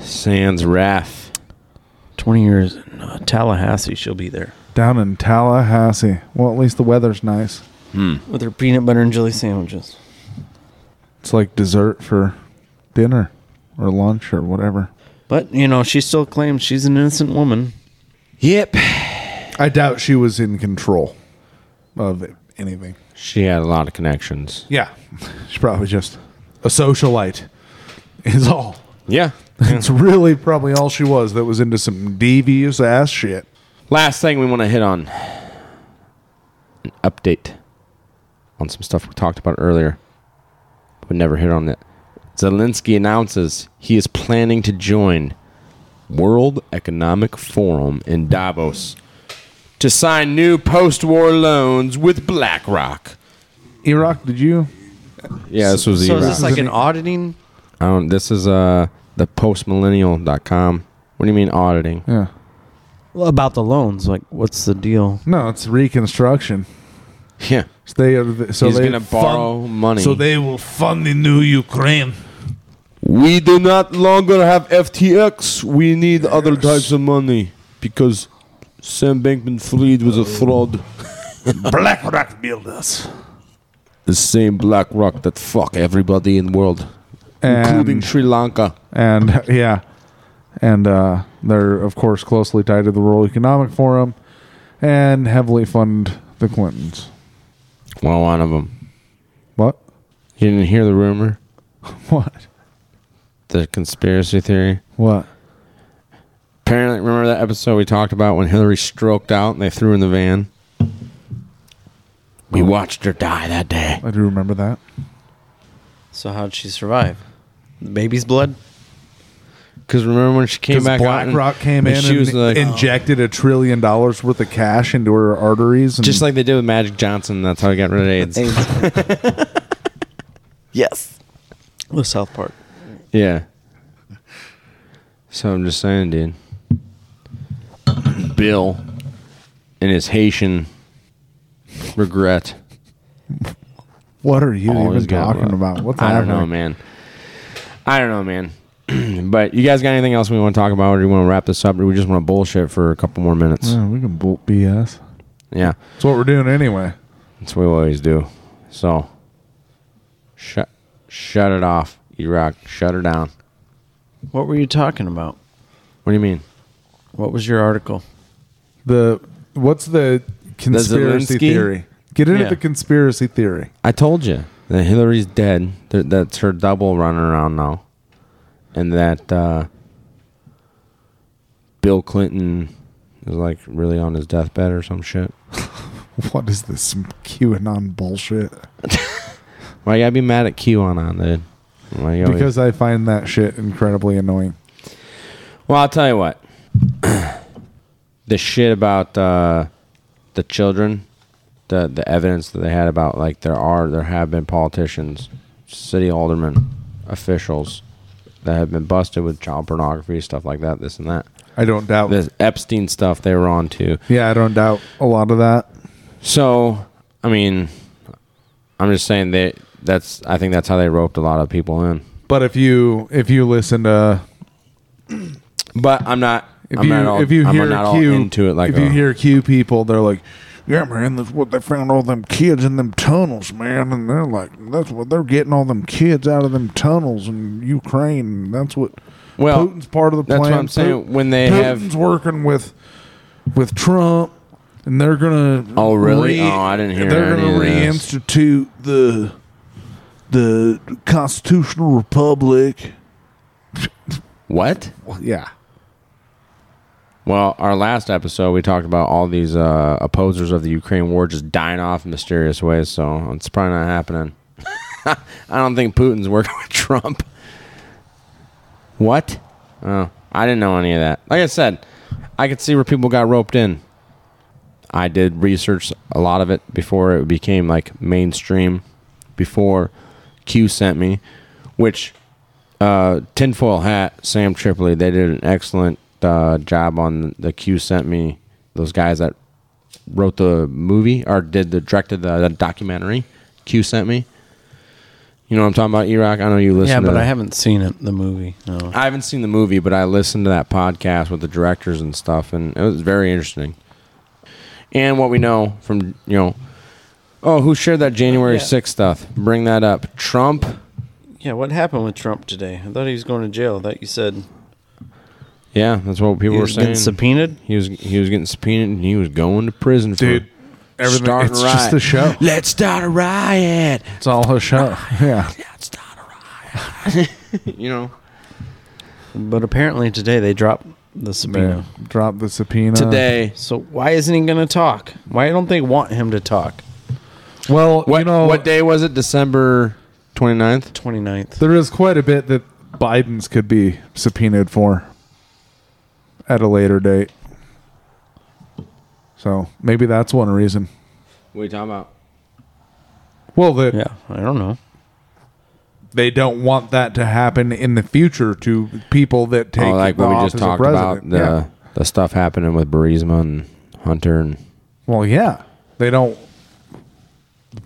Speaker 3: Sans Wrath.
Speaker 5: 20 years in uh, Tallahassee, she'll be there.
Speaker 4: Down in Tallahassee. Well, at least the weather's nice.
Speaker 5: With her peanut butter and jelly sandwiches.
Speaker 4: It's like dessert for dinner or lunch or whatever.
Speaker 5: But, you know, she still claims she's an innocent woman.
Speaker 3: Yep.
Speaker 4: I doubt she was in control of anything.
Speaker 3: She had a lot of connections.
Speaker 4: Yeah. <laughs> She's probably just a socialite, is all.
Speaker 3: Yeah.
Speaker 4: <laughs> It's really probably all she was that was into some devious ass shit.
Speaker 3: Last thing we want to hit on an update on some stuff we talked about earlier. We never hit on it. Zelensky announces he is planning to join World Economic Forum in Davos to sign new post-war loans with BlackRock.
Speaker 4: Iraq, did you?
Speaker 3: Yeah, this was
Speaker 5: So
Speaker 3: the
Speaker 5: is this like an auditing?
Speaker 3: I don't, this is uh the postmillennial.com. What do you mean auditing?
Speaker 4: Yeah.
Speaker 5: Well, about the loans. Like, what's the deal?
Speaker 4: No, it's reconstruction.
Speaker 3: Yeah.
Speaker 4: So they are, so
Speaker 3: He's
Speaker 4: they
Speaker 3: going to borrow money.
Speaker 4: they will fund the new Ukraine.
Speaker 3: We do not longer have FTX. We need other types of money because Sam Bankman Fried was a fraud.
Speaker 4: BlackRock build us.
Speaker 3: The same BlackRock that fuck everybody in world, including Sri Lanka.
Speaker 4: and <laughs> yeah, and uh, they're of course closely tied to the World Economic Forum, and heavily fund the Clintons.
Speaker 3: Well, one of them.
Speaker 4: What? <laughs>
Speaker 3: You didn't hear the rumor?
Speaker 4: What?
Speaker 3: The conspiracy theory?
Speaker 4: What?
Speaker 3: Apparently, remember that episode we talked about when Hillary stroked out and they threw her in the van? We watched her die that day.
Speaker 4: I do remember that.
Speaker 5: So how'd she survive? The baby's blood?
Speaker 3: Because remember when she came
Speaker 4: Because
Speaker 3: back out and-
Speaker 4: BlackRock came
Speaker 3: and
Speaker 4: in
Speaker 3: she
Speaker 4: and
Speaker 3: was like, "Oh."
Speaker 4: injected a trillion dollars worth of cash into her arteries. And
Speaker 3: Just like they did with Magic Johnson, that's how he got rid of AIDS.
Speaker 5: yes. With South Park.
Speaker 3: Yeah. So I'm just saying, dude. Bill and his Haitian regret.
Speaker 4: what are you even
Speaker 3: always got
Speaker 4: talking
Speaker 3: what-
Speaker 4: about? What's
Speaker 3: I don't
Speaker 4: happening?
Speaker 3: know, man. I don't know, man. <clears throat> but you guys got anything else we want to talk about, or do you want to wrap this up, or we just want to bullshit for a couple more minutes?
Speaker 4: Yeah, Oh, we can bolt BS.
Speaker 3: Yeah,
Speaker 4: That's what we're doing anyway.
Speaker 3: that's what we always do. So, shut, shut it off, Iraq. Shut her down.
Speaker 5: What were you talking about?
Speaker 3: What do you mean?
Speaker 5: What was your article?
Speaker 4: The what's the conspiracy
Speaker 3: Zelensky?
Speaker 4: theory? Get into
Speaker 5: Yeah.
Speaker 4: the conspiracy theory. <laughs>
Speaker 3: I told you that Hillary's dead. That, that's her double running around now, and that uh, Bill Clinton is like really on his deathbed or some shit.
Speaker 4: What is this? Some QAnon bullshit.
Speaker 3: Why you gotta be mad at QAnon, dude? Why you always-
Speaker 4: Because I find that shit incredibly annoying.
Speaker 3: Well, I'll tell you what. <clears throat> the shit about uh, the children, the the evidence that they had about like there are there have been politicians, city aldermen, officials that have been busted with child pornography, stuff like that, this and that.
Speaker 4: I don't doubt.
Speaker 3: This Epstein stuff they were on too.
Speaker 4: Yeah, I don't doubt a lot of that.
Speaker 3: So, I mean, I'm just saying that that's I think that's how they roped a lot of people in.
Speaker 4: But if you if you listen to
Speaker 3: But I'm not.
Speaker 4: if
Speaker 3: I'm
Speaker 4: you
Speaker 3: not all,
Speaker 4: if you
Speaker 3: I'm
Speaker 4: hear
Speaker 3: not all
Speaker 4: Q
Speaker 3: into it like
Speaker 4: if you
Speaker 3: a-
Speaker 4: hear Q people, they're like,
Speaker 6: Yeah, man, that's what they found all them kids in them tunnels, man. And they're like, that's what they're getting all them kids out of them tunnels in Ukraine. That's what
Speaker 3: well,
Speaker 6: Putin's part of the
Speaker 3: that's
Speaker 6: plan.
Speaker 3: what I'm saying.
Speaker 6: Putin-
Speaker 3: When they
Speaker 6: Putin's
Speaker 3: have
Speaker 6: working with with Trump, and they're gonna.
Speaker 3: Oh, really? Oh, I didn't hear
Speaker 6: They're
Speaker 3: any
Speaker 6: gonna
Speaker 3: of this.
Speaker 6: reinstitute the the constitutional republic.
Speaker 3: what?
Speaker 4: well, yeah,
Speaker 3: Well, our last episode we talked about all these uh, opposers of the Ukraine war just dying off in mysterious ways. So it's probably not happening. <laughs> I don't think Putin's working <laughs> with Trump. What? Oh, I didn't know any of that. Like I said, I could see where people got roped in. I did research a lot of it before it became like mainstream, before Q sent me, which uh, Tinfoil Hat, Sam Tripoli, they did an excellent uh, job on the Q sent me. Those guys that wrote the movie or did the directed the, the documentary Q sent me. You know what I'm talking about, Iraq? I know you listen.
Speaker 5: yeah,
Speaker 3: to
Speaker 5: but
Speaker 3: the-
Speaker 5: I haven't seen it. The movie. No.
Speaker 3: I haven't seen the movie, but I listened to that podcast with the directors and stuff, and it was very interesting. And what we know from you know, oh, who shared that January
Speaker 5: Yeah.
Speaker 3: sixth stuff? Bring that up. Trump.
Speaker 5: Yeah, what happened with Trump today? I thought he was going to jail. That you said
Speaker 3: Yeah, that's what people
Speaker 5: he
Speaker 3: were
Speaker 5: was getting
Speaker 3: saying.
Speaker 5: subpoenaed.
Speaker 3: he was he was getting subpoenaed and he was going to prison for
Speaker 4: dude. Everything
Speaker 3: starting
Speaker 4: it's
Speaker 3: a riot.
Speaker 4: just the show.
Speaker 3: Let's start a riot.
Speaker 4: It's all a
Speaker 3: <laughs>
Speaker 4: show. Yeah,
Speaker 3: Let's start a riot. <laughs> you know.
Speaker 5: But apparently today they dropped the subpoena.
Speaker 4: yeah. Drop the subpoena
Speaker 5: Uh,
Speaker 3: Today,
Speaker 5: So why isn't he going to talk? Why don't they want him to talk?
Speaker 4: Well,
Speaker 3: what
Speaker 4: you know
Speaker 3: what day was it? December 29th?
Speaker 5: 29th.
Speaker 4: There is quite a bit that Biden's could be subpoenaed for at a later date. So maybe that's one reason.
Speaker 3: What are you talking about?
Speaker 4: Well, that
Speaker 5: Yeah, I don't know.
Speaker 4: they don't want that to happen in the future to people that take
Speaker 3: oh, like
Speaker 4: the
Speaker 3: what we
Speaker 4: office
Speaker 3: just talked
Speaker 4: of
Speaker 3: about
Speaker 4: president.
Speaker 3: the
Speaker 4: yeah.
Speaker 3: the stuff happening with Burisma and Hunter and
Speaker 4: Well, yeah, they don't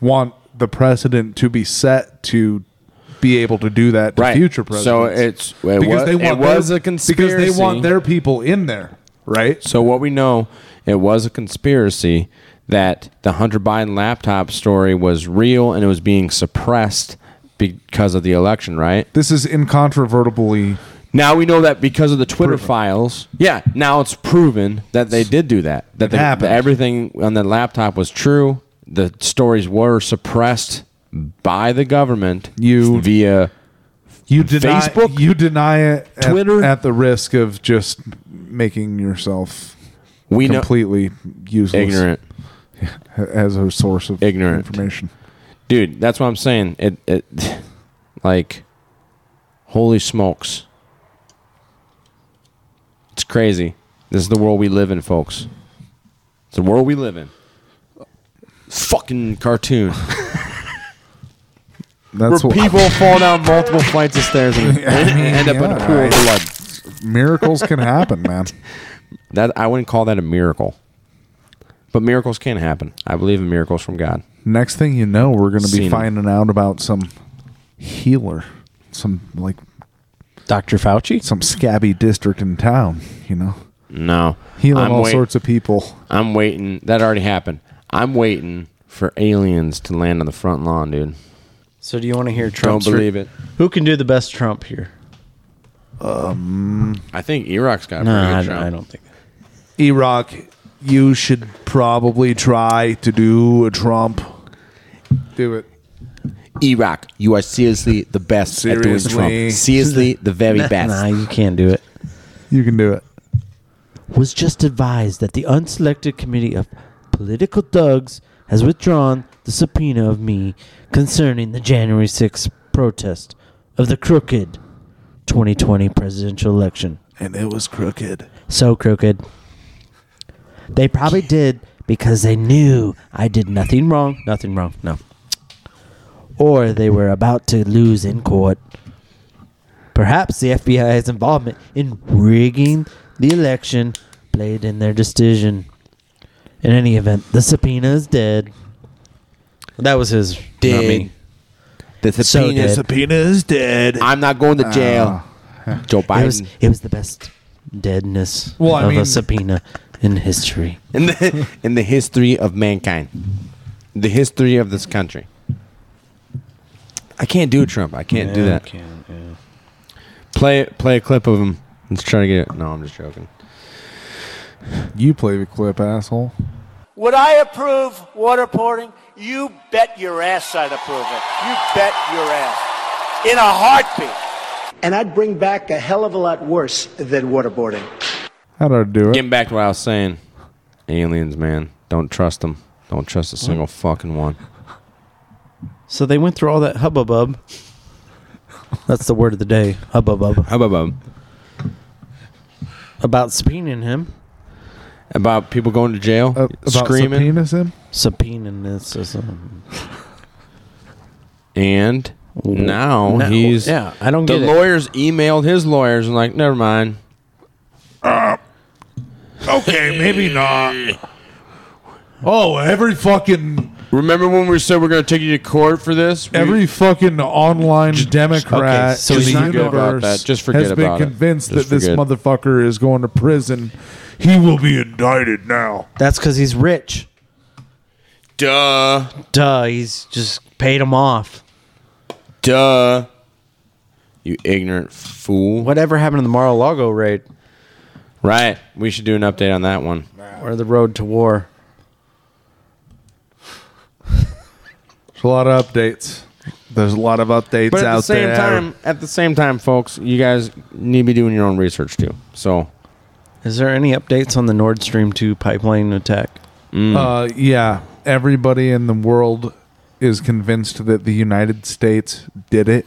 Speaker 4: want the precedent to be set to be able to do that to future presidents.
Speaker 3: So it's it
Speaker 4: because
Speaker 3: wa-
Speaker 4: they
Speaker 3: it
Speaker 4: want
Speaker 3: was
Speaker 4: their,
Speaker 3: a conspiracy.
Speaker 4: because they want their people in there, right?
Speaker 3: So what we know, it was a conspiracy that the Hunter Biden laptop story was real and it was being suppressed because of the election, right?
Speaker 4: This is incontrovertibly
Speaker 3: Now we know that because of the Twitter files. Yeah, now it's proven that they did do that. That, they, that
Speaker 4: happened.
Speaker 3: everything on the laptop was true. The stories were suppressed by the government
Speaker 4: You-
Speaker 3: via
Speaker 4: you deny
Speaker 3: Facebook?
Speaker 4: you deny it at-
Speaker 3: Twitter?
Speaker 4: at the risk of just making yourself
Speaker 3: we know
Speaker 4: completely useless
Speaker 3: ignorant.
Speaker 4: as a source of
Speaker 3: Ignorant.
Speaker 4: information.
Speaker 3: Dude, that's what I'm saying. It it <laughs> like holy smokes. It's crazy. This is the world we live in, folks. It's the world we live in. Fucking
Speaker 4: <laughs>
Speaker 3: cartoon.
Speaker 4: That's
Speaker 3: where
Speaker 4: what
Speaker 3: people fall down multiple flights of stairs and and end up in a
Speaker 4: <laughs> yeah,
Speaker 3: pool of
Speaker 4: I-
Speaker 3: blood.
Speaker 4: <laughs> miracles can happen, man.
Speaker 3: That I wouldn't call that a miracle, but miracles can happen. I believe in miracles from God.
Speaker 4: Next thing you know, we're going to
Speaker 3: Seen
Speaker 4: be
Speaker 3: it.
Speaker 4: finding out about some healer, some like
Speaker 5: Dr. Fauci?
Speaker 4: some scabby district in town. You know,
Speaker 3: No,
Speaker 4: healing all
Speaker 3: wait-
Speaker 4: sorts of people.
Speaker 3: I'm waiting. That already happened. I'm waiting for aliens to land on the front lawn, dude.
Speaker 5: So do you want to hear Trump?
Speaker 3: Don't believe it.
Speaker 5: Who can do the best Trump here?
Speaker 3: I think Iraq's got a
Speaker 5: No,
Speaker 3: pretty good
Speaker 5: I,
Speaker 3: shot.
Speaker 5: I don't think.
Speaker 4: Iraq, you should probably try to do a Trump. Do it.
Speaker 3: Iraq, you are seriously the best at doing
Speaker 4: Seriously.
Speaker 5: <laughs>
Speaker 3: Trump. Seriously, the very best.
Speaker 5: Nah, you can't do it.
Speaker 4: You can do it.
Speaker 5: was just advised that the unselected committee of political thugs has withdrawn the subpoena of me concerning the January 6th protest of the crooked 2020 presidential election.
Speaker 6: And it was crooked.
Speaker 5: So crooked. They probably did because they knew I did nothing wrong. Nothing wrong, no. Or they were about to lose in court. Perhaps the FBI's involvement in rigging the election played in their decision. In any event, the subpoena is dead. That was his, not me.
Speaker 3: Dead. The
Speaker 5: So
Speaker 3: subpoena-
Speaker 5: dead.
Speaker 6: Subpoena is dead.
Speaker 3: I'm not going to jail. Joe
Speaker 5: Oh. It was,
Speaker 3: Biden.
Speaker 5: it was the best deadness
Speaker 4: Well, I
Speaker 5: of
Speaker 4: mean-
Speaker 5: a subpoena in history.
Speaker 3: in the <laughs> in the history of mankind, the history of this country. I can't do Trump. I can't do that. Play play a clip of him. Let's try to get it. No, I'm just joking.
Speaker 4: You play the clip, asshole.
Speaker 7: Would I approve waterboarding? You bet your ass I'd approve it. You bet your ass. In a heartbeat. And I'd bring back a hell of a lot worse than waterboarding.
Speaker 4: How did I do it?
Speaker 3: Getting back to what I was saying, aliens, man, don't trust them. Don't trust a single fucking one.
Speaker 5: So they went through all that hubbub. That's the word of the day, hubbub.
Speaker 3: Hubbub
Speaker 5: About subpoenaing him.
Speaker 3: about people going to jail,
Speaker 4: Uh, about
Speaker 3: screaming,
Speaker 4: subpoenas him?
Speaker 5: Subpoenaing this. Is, um,
Speaker 3: and now
Speaker 5: No,
Speaker 3: he's
Speaker 5: yeah, I don't
Speaker 3: the
Speaker 5: get it.
Speaker 3: lawyers emailed his lawyers and like, never mind.
Speaker 6: Okay, maybe not. Oh, every fucking
Speaker 3: Remember when we said we're going to take you to court for this? We-
Speaker 6: every fucking online Democrat
Speaker 3: okay, so
Speaker 6: in
Speaker 3: just
Speaker 6: the
Speaker 3: forget about
Speaker 6: universe
Speaker 3: that. Just forget
Speaker 6: has been
Speaker 3: about it.
Speaker 6: convinced
Speaker 3: Just
Speaker 6: that this
Speaker 3: forget.
Speaker 6: motherfucker is going to prison. He will be indicted now.
Speaker 5: that's because he's rich.
Speaker 3: duh,
Speaker 5: Duh, he's just paid him off.
Speaker 3: duh. You ignorant fool.
Speaker 5: Whatever happened to the Mar-a-Lago raid
Speaker 3: Right. We should do an update on that one.
Speaker 5: or the road to war?
Speaker 4: There's a lot of updates. There's a lot of updates
Speaker 3: But at
Speaker 4: out
Speaker 3: the same
Speaker 4: there.
Speaker 3: time, at the same time, folks, you guys need to be doing your own research too. So
Speaker 5: Is there any updates on the Nord Stream 2 pipeline attack?
Speaker 3: Mm.
Speaker 4: Uh, yeah, everybody in the world is convinced that the United States did it.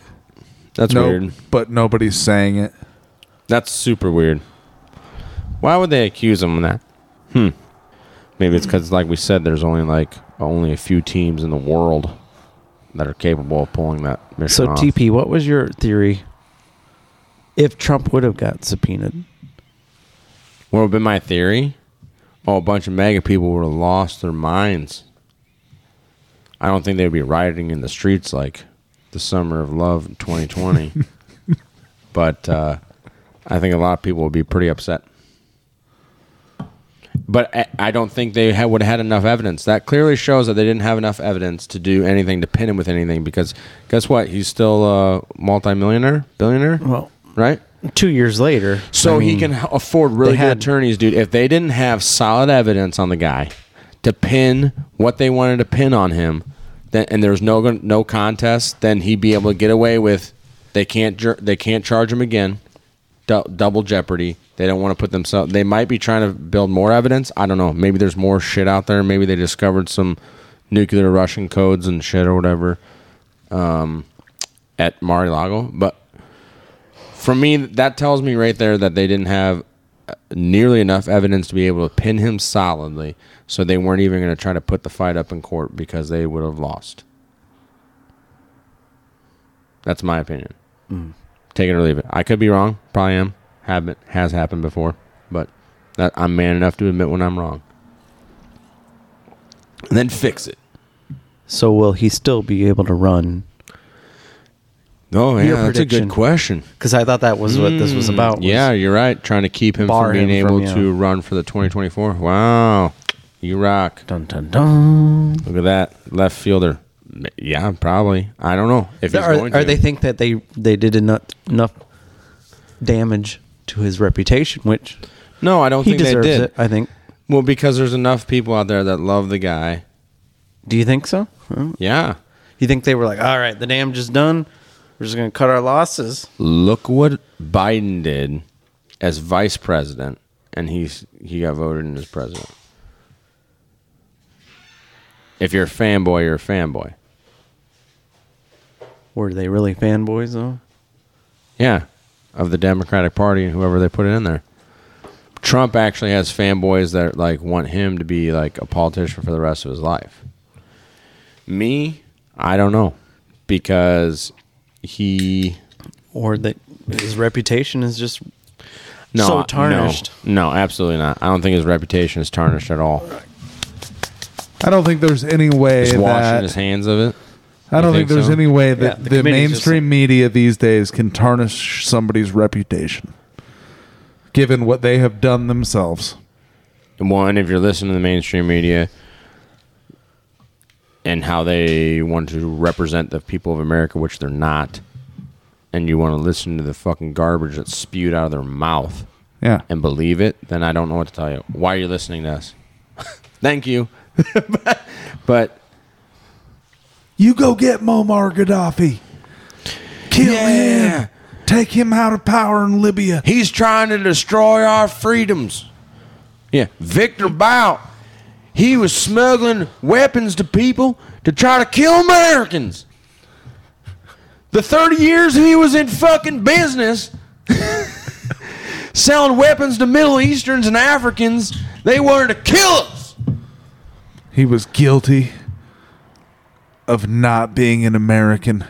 Speaker 3: that's
Speaker 4: No,
Speaker 3: weird.
Speaker 4: but nobody's saying it.
Speaker 3: That's super weird. Why would they accuse him of that? Hmm. Maybe it's because, like we said, there's only like only a few teams in the world that are capable of pulling that mission
Speaker 5: So,
Speaker 3: off.
Speaker 5: TP, what was your theory if Trump would have got subpoenaed?
Speaker 3: What would have been my theory? Oh, a bunch of mega people would have lost their minds. I don't think they'd be rioting in the streets like the summer of love in 2020. but uh, I think a lot of people would be pretty upset. But I- I don't think they ha- would have had enough evidence. That clearly shows that they didn't have enough evidence to do anything to pin him with anything. Because guess what? He's still a multimillionaire, billionaire,
Speaker 5: Well,
Speaker 3: right?
Speaker 5: two years later.
Speaker 3: So
Speaker 5: I
Speaker 3: he
Speaker 5: mean,
Speaker 3: can h- afford really
Speaker 5: Mm. they
Speaker 3: good
Speaker 5: had-
Speaker 3: attorneys, dude. If they didn't have solid evidence on the guy to pin what they wanted to pin on him, then and there's no gon- no contest, then he'd be able to get away with they can't jur- they can't charge him again. Dou double jeopardy. They don't want to put themselves. They might be trying to build more evidence. I don't know. Maybe there's more shit out there. Maybe they discovered some nuclear Russian codes and shit or whatever um, at Mar-a-Lago. But for me, that tells me right there that they didn't have uh, nearly enough evidence to be able to pin him solidly. So they weren't even going to try to put the fight up in court because they would have lost. That's my opinion.
Speaker 5: Mm.
Speaker 3: Take it or leave it. I could be wrong. Probably am. Have been, has happened before, but that, I'm man enough to admit when I'm wrong. And then fix it.
Speaker 5: So will he still be able to run?
Speaker 3: Oh yeah,
Speaker 5: Your
Speaker 3: that's a good
Speaker 5: prediction.
Speaker 3: question.
Speaker 5: Because I thought that was what this was about. was-
Speaker 3: Hmm. Mm, Yeah, you're right. Trying to keep him
Speaker 5: Bar
Speaker 3: from being
Speaker 5: him
Speaker 3: able
Speaker 5: from, yeah.
Speaker 3: to run for the 2024. Wow, you rock.
Speaker 5: Dun dun dun.
Speaker 3: Look at that left fielder. M- Yeah, probably. I don't know if he's
Speaker 5: Are,
Speaker 3: going
Speaker 5: are
Speaker 3: to.
Speaker 5: they think that they they did enough enough damage to his reputation, which
Speaker 3: no, I don't
Speaker 5: he
Speaker 3: think they
Speaker 5: deserves
Speaker 3: did.
Speaker 5: it? I think.
Speaker 3: Well, because there's enough people out there that love the guy.
Speaker 5: Do you think so? Huh?
Speaker 3: Yeah.
Speaker 5: You think they were like, all right, the damage is done. We're just gonna cut our losses.
Speaker 3: Look what Biden did as vice president and he's he got voted in as president. If you're a fanboy, you're a fanboy.
Speaker 5: Were they really fanboys though?
Speaker 3: Yeah, of the Democratic Party and whoever they put in there. Trump actually has fanboys that like want him to be like a politician for the rest of his life. Me, I don't know because he
Speaker 5: or that his reputation is just
Speaker 3: no
Speaker 5: so
Speaker 3: no,
Speaker 5: tarnished.
Speaker 3: No, absolutely not. I don't think his reputation is tarnished at all.
Speaker 4: I don't think there's any way
Speaker 3: He's
Speaker 4: that
Speaker 3: washing his hands of it.
Speaker 4: I don't
Speaker 3: You
Speaker 4: think, there's
Speaker 3: so?
Speaker 4: any way that
Speaker 5: Yeah, the
Speaker 4: the,
Speaker 5: committee's just-
Speaker 4: mainstream media these days can tarnish somebody's reputation, given what they have done themselves.
Speaker 3: one if you're listening to the mainstream media and how they want to represent the people of America, which they're not, and you want to listen to the fucking garbage that's spewed out of their mouth
Speaker 4: Yeah.
Speaker 3: and believe it, then I don't know what to tell you. Why are you listening to us? <laughs> Thank you. <laughs> but
Speaker 4: You go get Muammar Gaddafi. Kill him. Take him out of power in Libya.
Speaker 3: he's trying to destroy our freedoms. Yeah. Victor Bout, he was smuggling weapons to people to try to kill Americans. The 30 years he was in fucking business <laughs> selling weapons to Middle Easterns and Africans, they wanted to kill us.
Speaker 4: He was guilty of not being an American,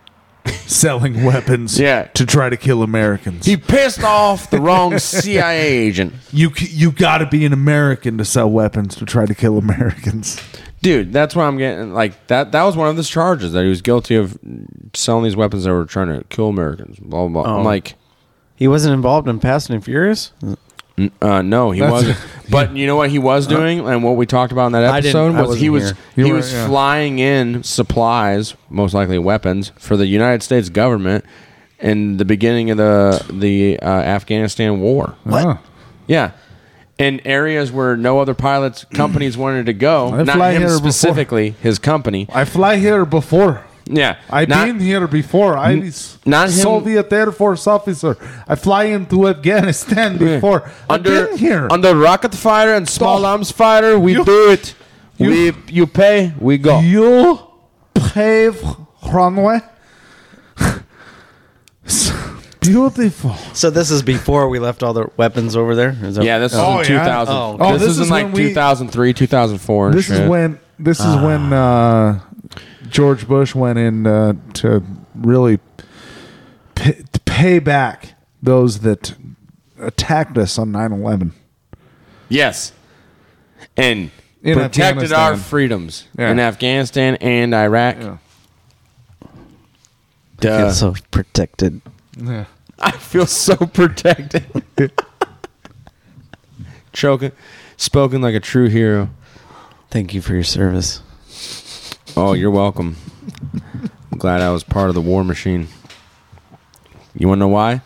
Speaker 4: <laughs> selling weapons
Speaker 3: Yeah.
Speaker 4: to try to kill Americans.
Speaker 3: He pissed off the wrong CIA agent.
Speaker 4: you c- you got to be an American to sell weapons to try to
Speaker 3: <laughs>
Speaker 4: kill Americans.
Speaker 3: Dude, that's where I'm getting like that. That was one of his charges that he was guilty of selling these weapons that were trying to kill Americans. Blah blah. blah.
Speaker 5: Oh.
Speaker 3: I'm like,
Speaker 5: He wasn't involved in Fast and Furious.
Speaker 3: uh, no, he
Speaker 4: That's- <laughs>
Speaker 3: wasn't. But you know what he was doing, and what we talked about in that
Speaker 5: I didn't-
Speaker 3: episode
Speaker 5: I
Speaker 3: was he
Speaker 5: wasn't
Speaker 3: was
Speaker 5: here.
Speaker 3: he
Speaker 4: You were-
Speaker 3: was
Speaker 4: yeah.
Speaker 3: flying in supplies, most likely weapons, for the United States government in the beginning of the the uh, Afghanistan war.
Speaker 4: Oh.
Speaker 3: Yeah. In areas where no other pilots companies wanted to go,
Speaker 4: I
Speaker 3: not
Speaker 4: fly
Speaker 3: him
Speaker 4: here before.
Speaker 3: specifically, his company.
Speaker 4: I fly here before.
Speaker 3: Yeah,
Speaker 4: I've
Speaker 3: not-
Speaker 4: been here before. I was
Speaker 3: not him-
Speaker 4: Soviet Air Force officer. I fly
Speaker 3: <laughs>
Speaker 4: into Afghanistan before. I've
Speaker 3: under
Speaker 4: been here.
Speaker 3: under rocket fighter and small
Speaker 4: Oh.
Speaker 3: arms fighter we
Speaker 4: You-
Speaker 3: do it
Speaker 4: you-
Speaker 3: we you pay we go
Speaker 4: you brave runway. It's <laughs> Beautiful.
Speaker 5: So this is before we left all the weapons over there. Is that-
Speaker 3: yeah this is
Speaker 4: Oh,
Speaker 3: in
Speaker 4: yeah?
Speaker 3: 2000
Speaker 5: Oh,
Speaker 4: Oh,
Speaker 3: this,
Speaker 4: this
Speaker 3: is,
Speaker 4: is
Speaker 3: in like
Speaker 4: when we-
Speaker 3: 2003 2004 and
Speaker 4: This
Speaker 3: shit.
Speaker 4: is when this is when uh, George Bush went in uh, to really p- to pay back those that attacked us on 9/11.
Speaker 3: yes and
Speaker 4: In
Speaker 3: protected our
Speaker 4: Afghanistan.
Speaker 3: freedoms
Speaker 4: Yeah.
Speaker 3: in Afghanistan and Iraq
Speaker 4: Yeah.
Speaker 3: Duh.
Speaker 5: It's
Speaker 3: uh,
Speaker 5: so protected.
Speaker 3: <laughs> I feel so protected
Speaker 4: <laughs>
Speaker 3: choking spoken like a true hero
Speaker 5: Thank you for your service.
Speaker 3: Oh, you're welcome. I'm glad I was part of the war machine. You want to know why?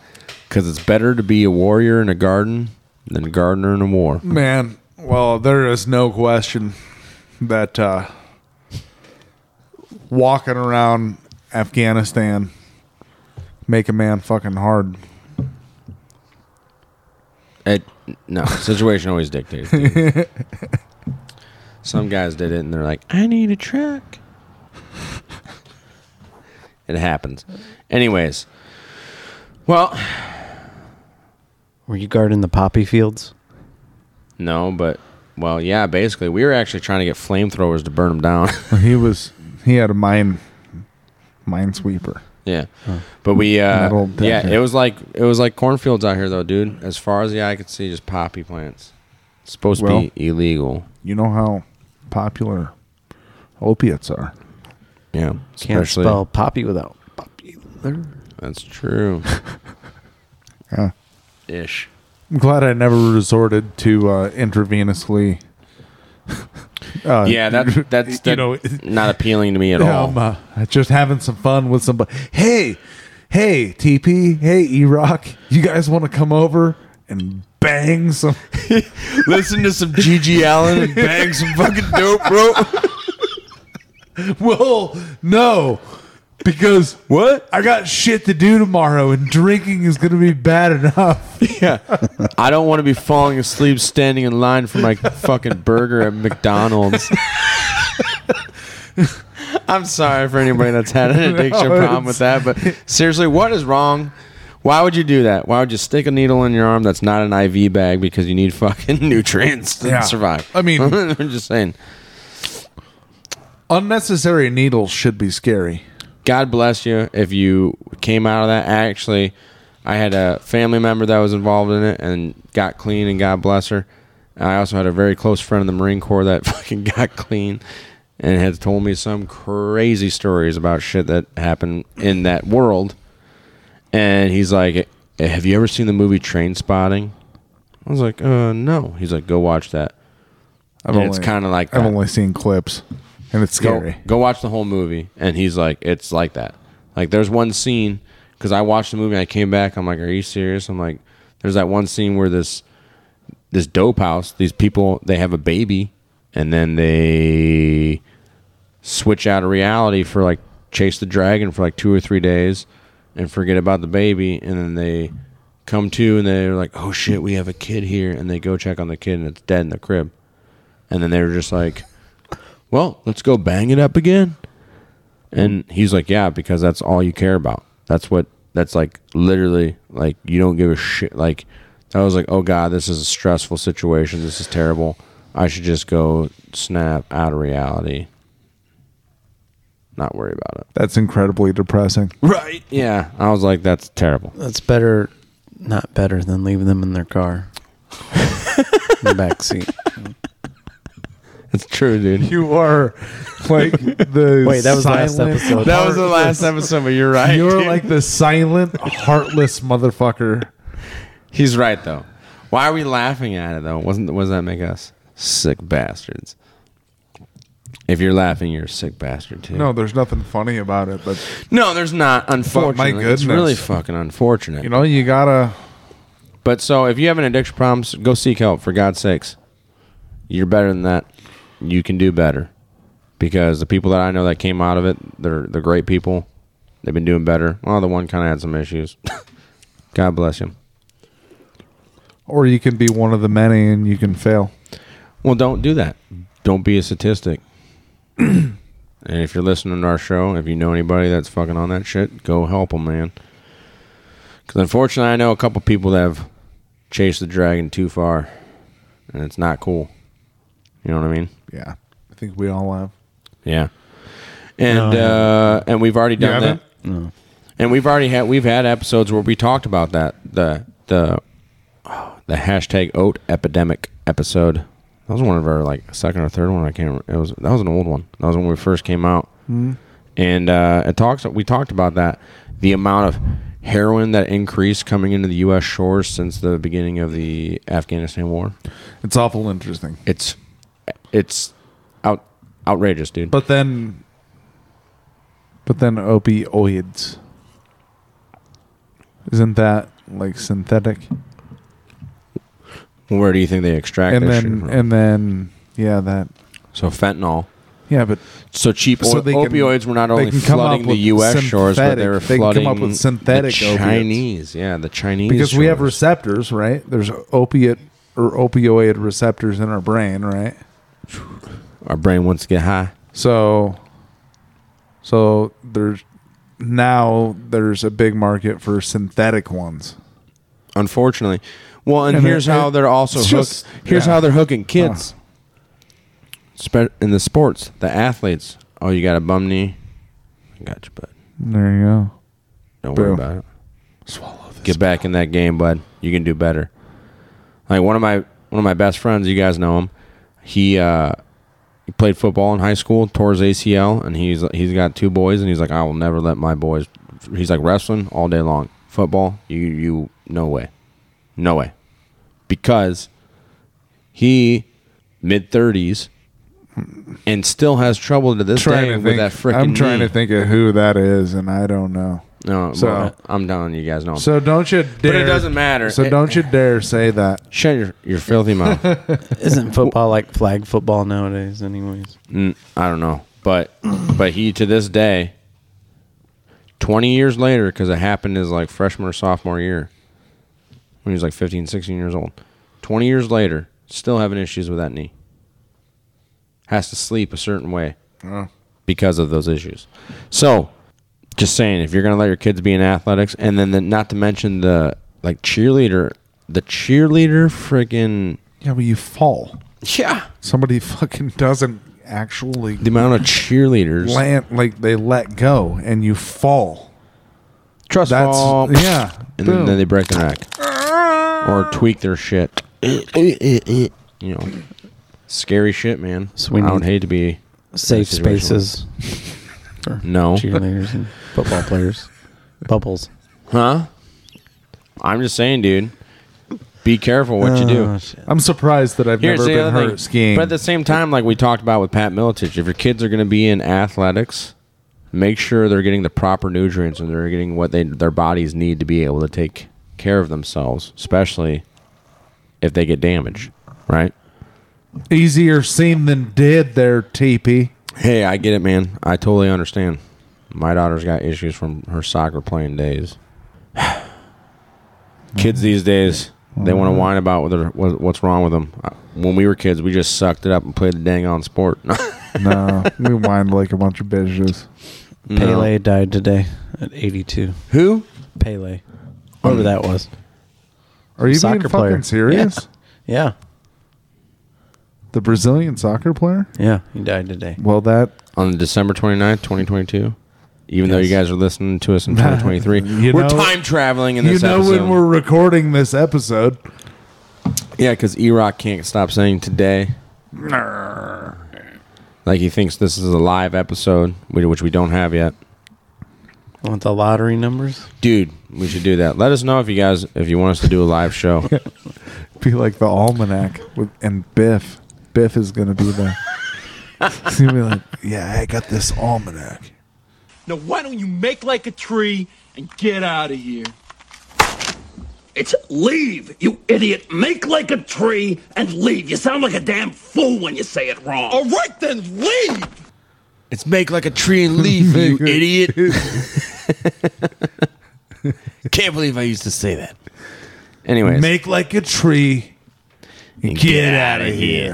Speaker 3: Because it's better to be a warrior in a garden than a gardener in a war.
Speaker 4: Man, well, there is no question that uh, walking around Afghanistan make a man fucking hard.
Speaker 3: It, no, situation always dictates. dude. Some guys did it and they're like, I need a truck. It happens. Anyways, well,
Speaker 5: Were you guarding the poppy fields?
Speaker 3: no, but, well, yeah, basically, we were actually trying to get flamethrowers to burn them down. <laughs>
Speaker 4: He was he had a mine minesweeper.
Speaker 3: Yeah, but we uh,
Speaker 4: Metal
Speaker 3: yeah,
Speaker 4: desert.
Speaker 3: it was like it was like cornfields out here though, dude. As far as the eye could see, just poppy plants. It's supposed
Speaker 4: Well-
Speaker 3: to be illegal.
Speaker 4: You know how popular opiates are.
Speaker 3: Yeah,
Speaker 5: Can't spell poppy without popular.
Speaker 3: that's true.
Speaker 4: <laughs> Yeah.
Speaker 3: Ish.
Speaker 4: I'm glad I never resorted to uh, intravenously. <laughs> Uh,
Speaker 3: Yeah, that that's
Speaker 4: <laughs> you
Speaker 3: that,
Speaker 4: know
Speaker 3: not appealing to
Speaker 4: <laughs>
Speaker 3: me at all.
Speaker 4: um, uh, just having some fun with somebody. Hey, hey, TP, hey, E Rock, you guys want to come over and bang some?
Speaker 3: <laughs> Listen to
Speaker 4: <laughs>
Speaker 3: some GG Allen and bang some fucking dope, bro.
Speaker 4: well, no, because what I got shit to do tomorrow, and drinking is going to be bad enough.
Speaker 3: Yeah, I don't want to be falling asleep standing in line for
Speaker 4: <laughs>
Speaker 3: my fucking burger at McDonald's. I'm sorry for anybody that's had an addiction
Speaker 4: No,
Speaker 3: problem with that, but seriously, what is wrong? Why would you do that? Why would you stick a needle in your arm that's not an IV bag because you need fucking <laughs> nutrients to
Speaker 4: Yeah.
Speaker 3: survive?
Speaker 4: I
Speaker 3: <laughs>
Speaker 4: mean-
Speaker 3: I'm just saying.
Speaker 4: <laughs> Unnecessary needles should be scary.
Speaker 3: God bless you if you came out of that. Actually, I had a family member that was involved in it and got clean, and God bless her. And I also had a very close friend in the Marine Corps that <laughs> fucking got clean and had told me some crazy stories about shit that happened in that world. And he's like, Have you ever seen the movie Train Spotting? I was like, Uh, no. He's like, Go watch that.
Speaker 4: I've
Speaker 3: And it's
Speaker 4: only-
Speaker 3: kind of like
Speaker 4: I've
Speaker 3: that.
Speaker 4: only seen clips, and it's scary.
Speaker 3: Go, go watch the whole movie. And he's like, it's like that. Like, there's one scene, because I watched the movie and I came back. I'm like, are you serious? I'm like, there's that one scene where this this dope house, these people, they have a baby and then they switch out of reality for like chase the dragon for like two or three days and forget about the baby. And then they come to and they're like, oh shit, we have a kid here. And they go check on the kid and it's dead in the crib. And then they were just like, well, let's go bang it up again. And he's like, yeah, because that's all you care about. That's what, that's like literally, like, you don't give a shit. Like, I was like, oh God, this is a stressful situation. This is terrible. I should just go snap out of reality, not worry about it.
Speaker 4: That's incredibly depressing.
Speaker 3: Right. Yeah. I was like, that's terrible.
Speaker 5: That's better, not better than leaving them in
Speaker 4: <laughs>
Speaker 5: their car, in the back seat.
Speaker 3: It's true, dude.
Speaker 4: <laughs> You are like the
Speaker 5: Wait, that was last
Speaker 4: silent,
Speaker 5: episode.
Speaker 3: that was the <laughs> last episode, but you're right.
Speaker 4: You're
Speaker 3: dude.
Speaker 4: like the silent, heartless motherfucker.
Speaker 3: he's right though. Why are we laughing at it though? Wasn't what does that make us sick bastards? If you're laughing, you're a sick bastard too.
Speaker 4: <laughs> No, there's nothing funny about it, but
Speaker 3: No, there's not. Unfortunately, it's
Speaker 4: goodness.
Speaker 3: really fucking unfortunate.
Speaker 4: you know, you gotta.
Speaker 3: but so if you have an addiction problem, s- go seek help for God's sakes. You're better than that. You can do better because the people that I know that came out of it, they're they're great people. They've been doing better. Well, the one kind of had some issues. <laughs> God bless him.
Speaker 4: Or you can be one of the many and you can fail.
Speaker 3: Well, don't do that. Don't be a statistic. <clears throat> and if you're listening to our show, if you know anybody that's fucking on that shit, go help them, man. Because unfortunately, I know a couple people that have chased the dragon too far, and it's not cool. You know what I mean?
Speaker 4: Yeah. I think we all have.
Speaker 3: Yeah. And uh, and we've already done that.
Speaker 4: haven't?
Speaker 3: And we've already had we've had episodes where we talked about that the the oh, the hashtag oat epidemic episode. That was one of our like second or third one. I can't. Remember. It was that was an old one. That was when we first came out. And uh, it talks. We talked about that the amount of heroin that increased coming into the U.S. shores since the beginning of the Afghanistan war.
Speaker 4: It's awful interesting.
Speaker 3: It's it's out outrageous, dude.
Speaker 4: But then. But then opioids. Isn't that like synthetic?
Speaker 3: Where do you think they extract
Speaker 4: and
Speaker 3: their
Speaker 4: then
Speaker 3: shit from?
Speaker 4: and then yeah that
Speaker 3: so fentanyl.
Speaker 4: yeah but
Speaker 3: So cheap
Speaker 4: So
Speaker 3: o-
Speaker 4: they can-
Speaker 3: opioids were not
Speaker 4: they
Speaker 3: only
Speaker 4: can come
Speaker 3: flooding the
Speaker 4: up with
Speaker 3: U.S. shores, but they
Speaker 4: synthetic-
Speaker 3: were
Speaker 4: they can
Speaker 3: flooding
Speaker 4: come up with synthetic
Speaker 3: the
Speaker 4: opiates.
Speaker 3: Chinese. Yeah, the Chinese
Speaker 4: because we have
Speaker 3: shores.
Speaker 4: receptors right there's opiate or opioid receptors in our brain right
Speaker 3: our brain wants to get high.
Speaker 4: so so there's now there's a big market for synthetic ones
Speaker 3: Unfortunately, well, and,
Speaker 4: And
Speaker 3: here's
Speaker 4: it-
Speaker 3: how they're also
Speaker 4: it's
Speaker 3: hook,
Speaker 4: just-
Speaker 3: here's
Speaker 4: yeah. Uh.
Speaker 3: how they're hooking kids. Spe- in the sports, the athletes. Oh, you got a bum knee. I got you, bud.
Speaker 4: there you go
Speaker 3: Don't worry
Speaker 4: Boo.
Speaker 3: about it. Swallow this. Get back in that game, bud. You can do better. Like one of my one of my best friends, you guys know him. He uh, he played football in high school, tore his ACL, and he's he's got two boys, and he's like, I will never let my boys. He's like wrestling all day long, football. You you no way, no way, because he mid thirties and still has trouble to this day with that freaking.
Speaker 4: i'm trying
Speaker 3: knee.
Speaker 4: to think of who that is and i don't know
Speaker 3: No,
Speaker 4: So-
Speaker 3: well, I'm telling you guys know. Him.
Speaker 4: so don't you dare
Speaker 3: doesn't matter.
Speaker 4: so
Speaker 3: It-
Speaker 4: don't you dare say that
Speaker 3: Shut your, your filthy mouth.
Speaker 4: <laughs>
Speaker 5: <laughs> Isn't football like flag football nowadays? Anyways,
Speaker 3: Mm, I don't know, but but he to this day 20 years later because it happened his like freshman or sophomore year when he was like 15, 16 years old. 20 years later, still having issues with that knee. Has to sleep a certain way
Speaker 6: Yeah.
Speaker 3: because of those issues. So, just saying, if you're going to let your kids be in athletics, and then the, not to mention the like cheerleader, the cheerleader friggin'
Speaker 4: Yeah, but you fall.
Speaker 3: yeah,
Speaker 4: Somebody <laughs> fucking doesn't actually
Speaker 3: the amount of
Speaker 4: <laughs>
Speaker 3: cheerleaders,
Speaker 4: land like they let go and you fall.
Speaker 3: trust
Speaker 4: That's
Speaker 3: fall,
Speaker 4: yeah.
Speaker 3: and
Speaker 4: boom.
Speaker 3: then, then they break their neck or tweak their shit. you know, scary shit, man.
Speaker 5: So we
Speaker 3: I would
Speaker 5: need-
Speaker 3: hate to be
Speaker 5: Safe
Speaker 3: That's original.
Speaker 5: spaces. for
Speaker 3: No.
Speaker 5: Cheerleaders and football players. Bubbles.
Speaker 3: Huh? I'm just saying, dude. Be careful what you do.
Speaker 4: I'm surprised that I've
Speaker 3: Here's
Speaker 4: Uh, never
Speaker 3: the
Speaker 4: been
Speaker 3: other
Speaker 4: hurt
Speaker 3: thing.
Speaker 4: skiing.
Speaker 3: But at the same time, like we talked about with Pat Militich, if your kids are going to be in athletics, make sure they're getting the proper nutrients and they're getting what they their bodies need to be able to take care of themselves, especially if they get damaged, right?
Speaker 4: Easier seen than did there, TP.
Speaker 3: Hey, I get it, man. I totally understand. My daughter's got issues from her soccer playing days. <sighs> kids these days, they
Speaker 4: Oh,
Speaker 3: want to whine about what they're- what, what's wrong with them. I- When we were kids, we just sucked it up and played the dang on sport. <laughs>
Speaker 4: No, <laughs> we whined like a bunch of bitches.
Speaker 5: Pele died today at 82.
Speaker 3: Who?
Speaker 5: Pele. Whoever that was.
Speaker 4: Are you
Speaker 5: Soccer
Speaker 4: being
Speaker 5: player.
Speaker 4: fucking serious?
Speaker 5: Yeah.
Speaker 4: The Brazilian soccer player?
Speaker 5: Yeah. He died today.
Speaker 4: Well, that
Speaker 3: On December 29th, 2022. Even though you
Speaker 5: Yes.
Speaker 3: guys are listening to
Speaker 4: <laughs>
Speaker 3: us in 2023,
Speaker 4: You
Speaker 3: we're
Speaker 4: know-
Speaker 3: time traveling in
Speaker 4: you
Speaker 3: this
Speaker 4: know
Speaker 3: episode.
Speaker 4: when we're recording this episode.
Speaker 3: yeah, because E Rock can't stop saying today. Like he thinks this is a live episode, which we don't have yet.
Speaker 5: Want the lottery numbers?
Speaker 3: dude we should do that let us know if you guys if you want us to do a live
Speaker 4: <laughs>
Speaker 3: show
Speaker 4: Be like the almanac with and Biff. Biff is gonna be there. He's gonna be like, yeah, I got this almanac.
Speaker 8: Now, why don't you make like a tree and get out of here? It's leave, you idiot. Make like a tree and leave. You sound like a damn fool when you say it wrong. All right, then leave.
Speaker 3: it's make like a tree and leaf you idiot can't believe i used to say that anyways
Speaker 4: Make like a tree.
Speaker 3: get,
Speaker 4: outta
Speaker 3: you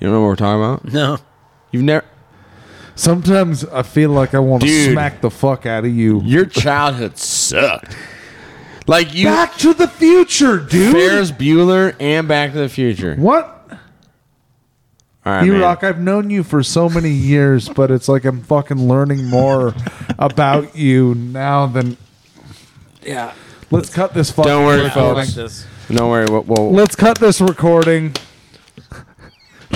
Speaker 3: know what we're talking about
Speaker 5: No.
Speaker 3: you've never
Speaker 4: Sometimes I feel like I want to
Speaker 3: Dude.
Speaker 4: smack the fuck out of you.
Speaker 3: your childhood sucked like you
Speaker 4: Back to the future, dude.
Speaker 3: Ferris Bueller and Back to the Future.
Speaker 4: What?
Speaker 3: All right,
Speaker 4: You
Speaker 3: man.
Speaker 4: rock. I've known you for so many years, but it's like I'm fucking learning more about you now than. Yeah. Let's cut this fucking.
Speaker 3: Don't worry,
Speaker 4: recording.
Speaker 3: folks. Don't worry. We'll, we'll,
Speaker 4: Let's cut this recording.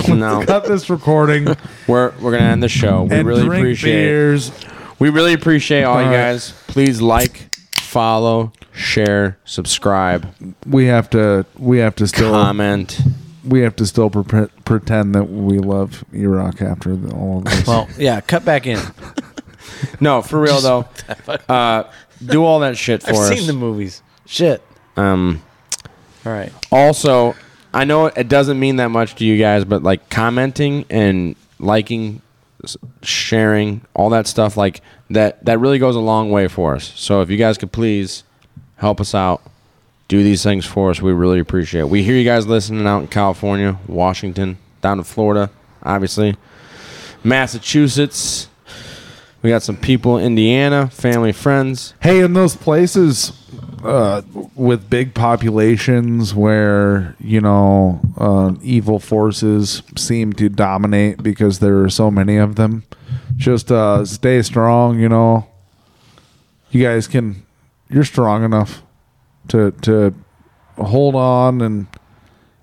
Speaker 3: no,
Speaker 4: Cut
Speaker 3: <laughs>
Speaker 4: this recording.
Speaker 3: we're we're gonna end the show. We
Speaker 4: and
Speaker 3: really
Speaker 4: drink
Speaker 3: appreciate it.
Speaker 4: beers.
Speaker 3: We really appreciate all, you
Speaker 4: All right.
Speaker 3: guys. Please like, follow, share, subscribe,
Speaker 4: We have to. We have to still.
Speaker 3: comment.
Speaker 4: We have to still pre- pretend that we love Iraq after the, all of this.
Speaker 5: Well, yeah. Cut back in.
Speaker 3: No, for real
Speaker 4: <laughs>
Speaker 3: though. Uh, do all that shit for
Speaker 5: I've
Speaker 3: us.
Speaker 5: seen the movies. Shit.
Speaker 3: um,
Speaker 5: All right.
Speaker 3: also, I know it doesn't mean that much to you guys, but like commenting and liking, s- sharing, all that stuff like that that really goes a long way for us. So if you guys could please help us out, do these things for us, we really appreciate it. We hear you guys listening out in California, Washington, down to Florida, obviously, Massachusetts. We got some people in Indiana, family, friends.
Speaker 4: Hey, in those places uh, with big populations where, you know, uh, evil forces seem to dominate because there are so many of them, just uh, stay strong, you know. You guys can, you're strong enough to, to hold on and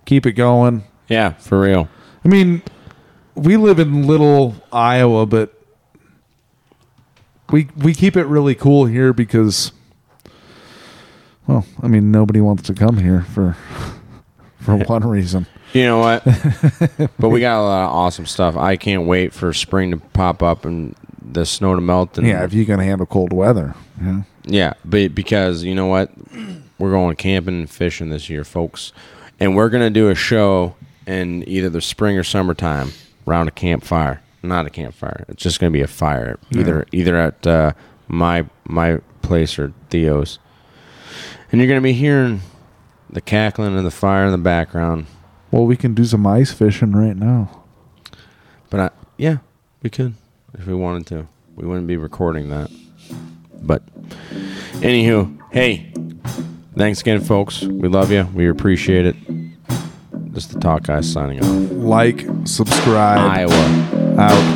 Speaker 4: keep it going.
Speaker 3: Yeah, for real.
Speaker 4: I mean, we live in little Iowa, but we we keep it really cool here because well, I mean, nobody wants to come here for <laughs> for one reason.
Speaker 3: You know
Speaker 4: <laughs>
Speaker 3: what? but we got a lot of awesome stuff. I can't wait for spring to pop up and the snow to melt. And
Speaker 4: Yeah, if you can handle cold weather. Yeah.
Speaker 3: yeah. But because you know what, we're going camping and fishing this year, folks, and we're gonna do a show in either the spring or summertime around a campfire. Not a campfire. It's just gonna be a fire. Either either at uh, my my place or Theo's. And you're gonna be hearing the cackling and the fire in the background.
Speaker 4: Well, we can do some ice fishing right now.
Speaker 3: But I, yeah, we could if we wanted to. We wouldn't be recording that. But anywho, hey, thanks again, folks. We love you. We appreciate it. This is the Talk Guy signing off.
Speaker 4: Like, subscribe.
Speaker 3: Iowa.
Speaker 4: Out.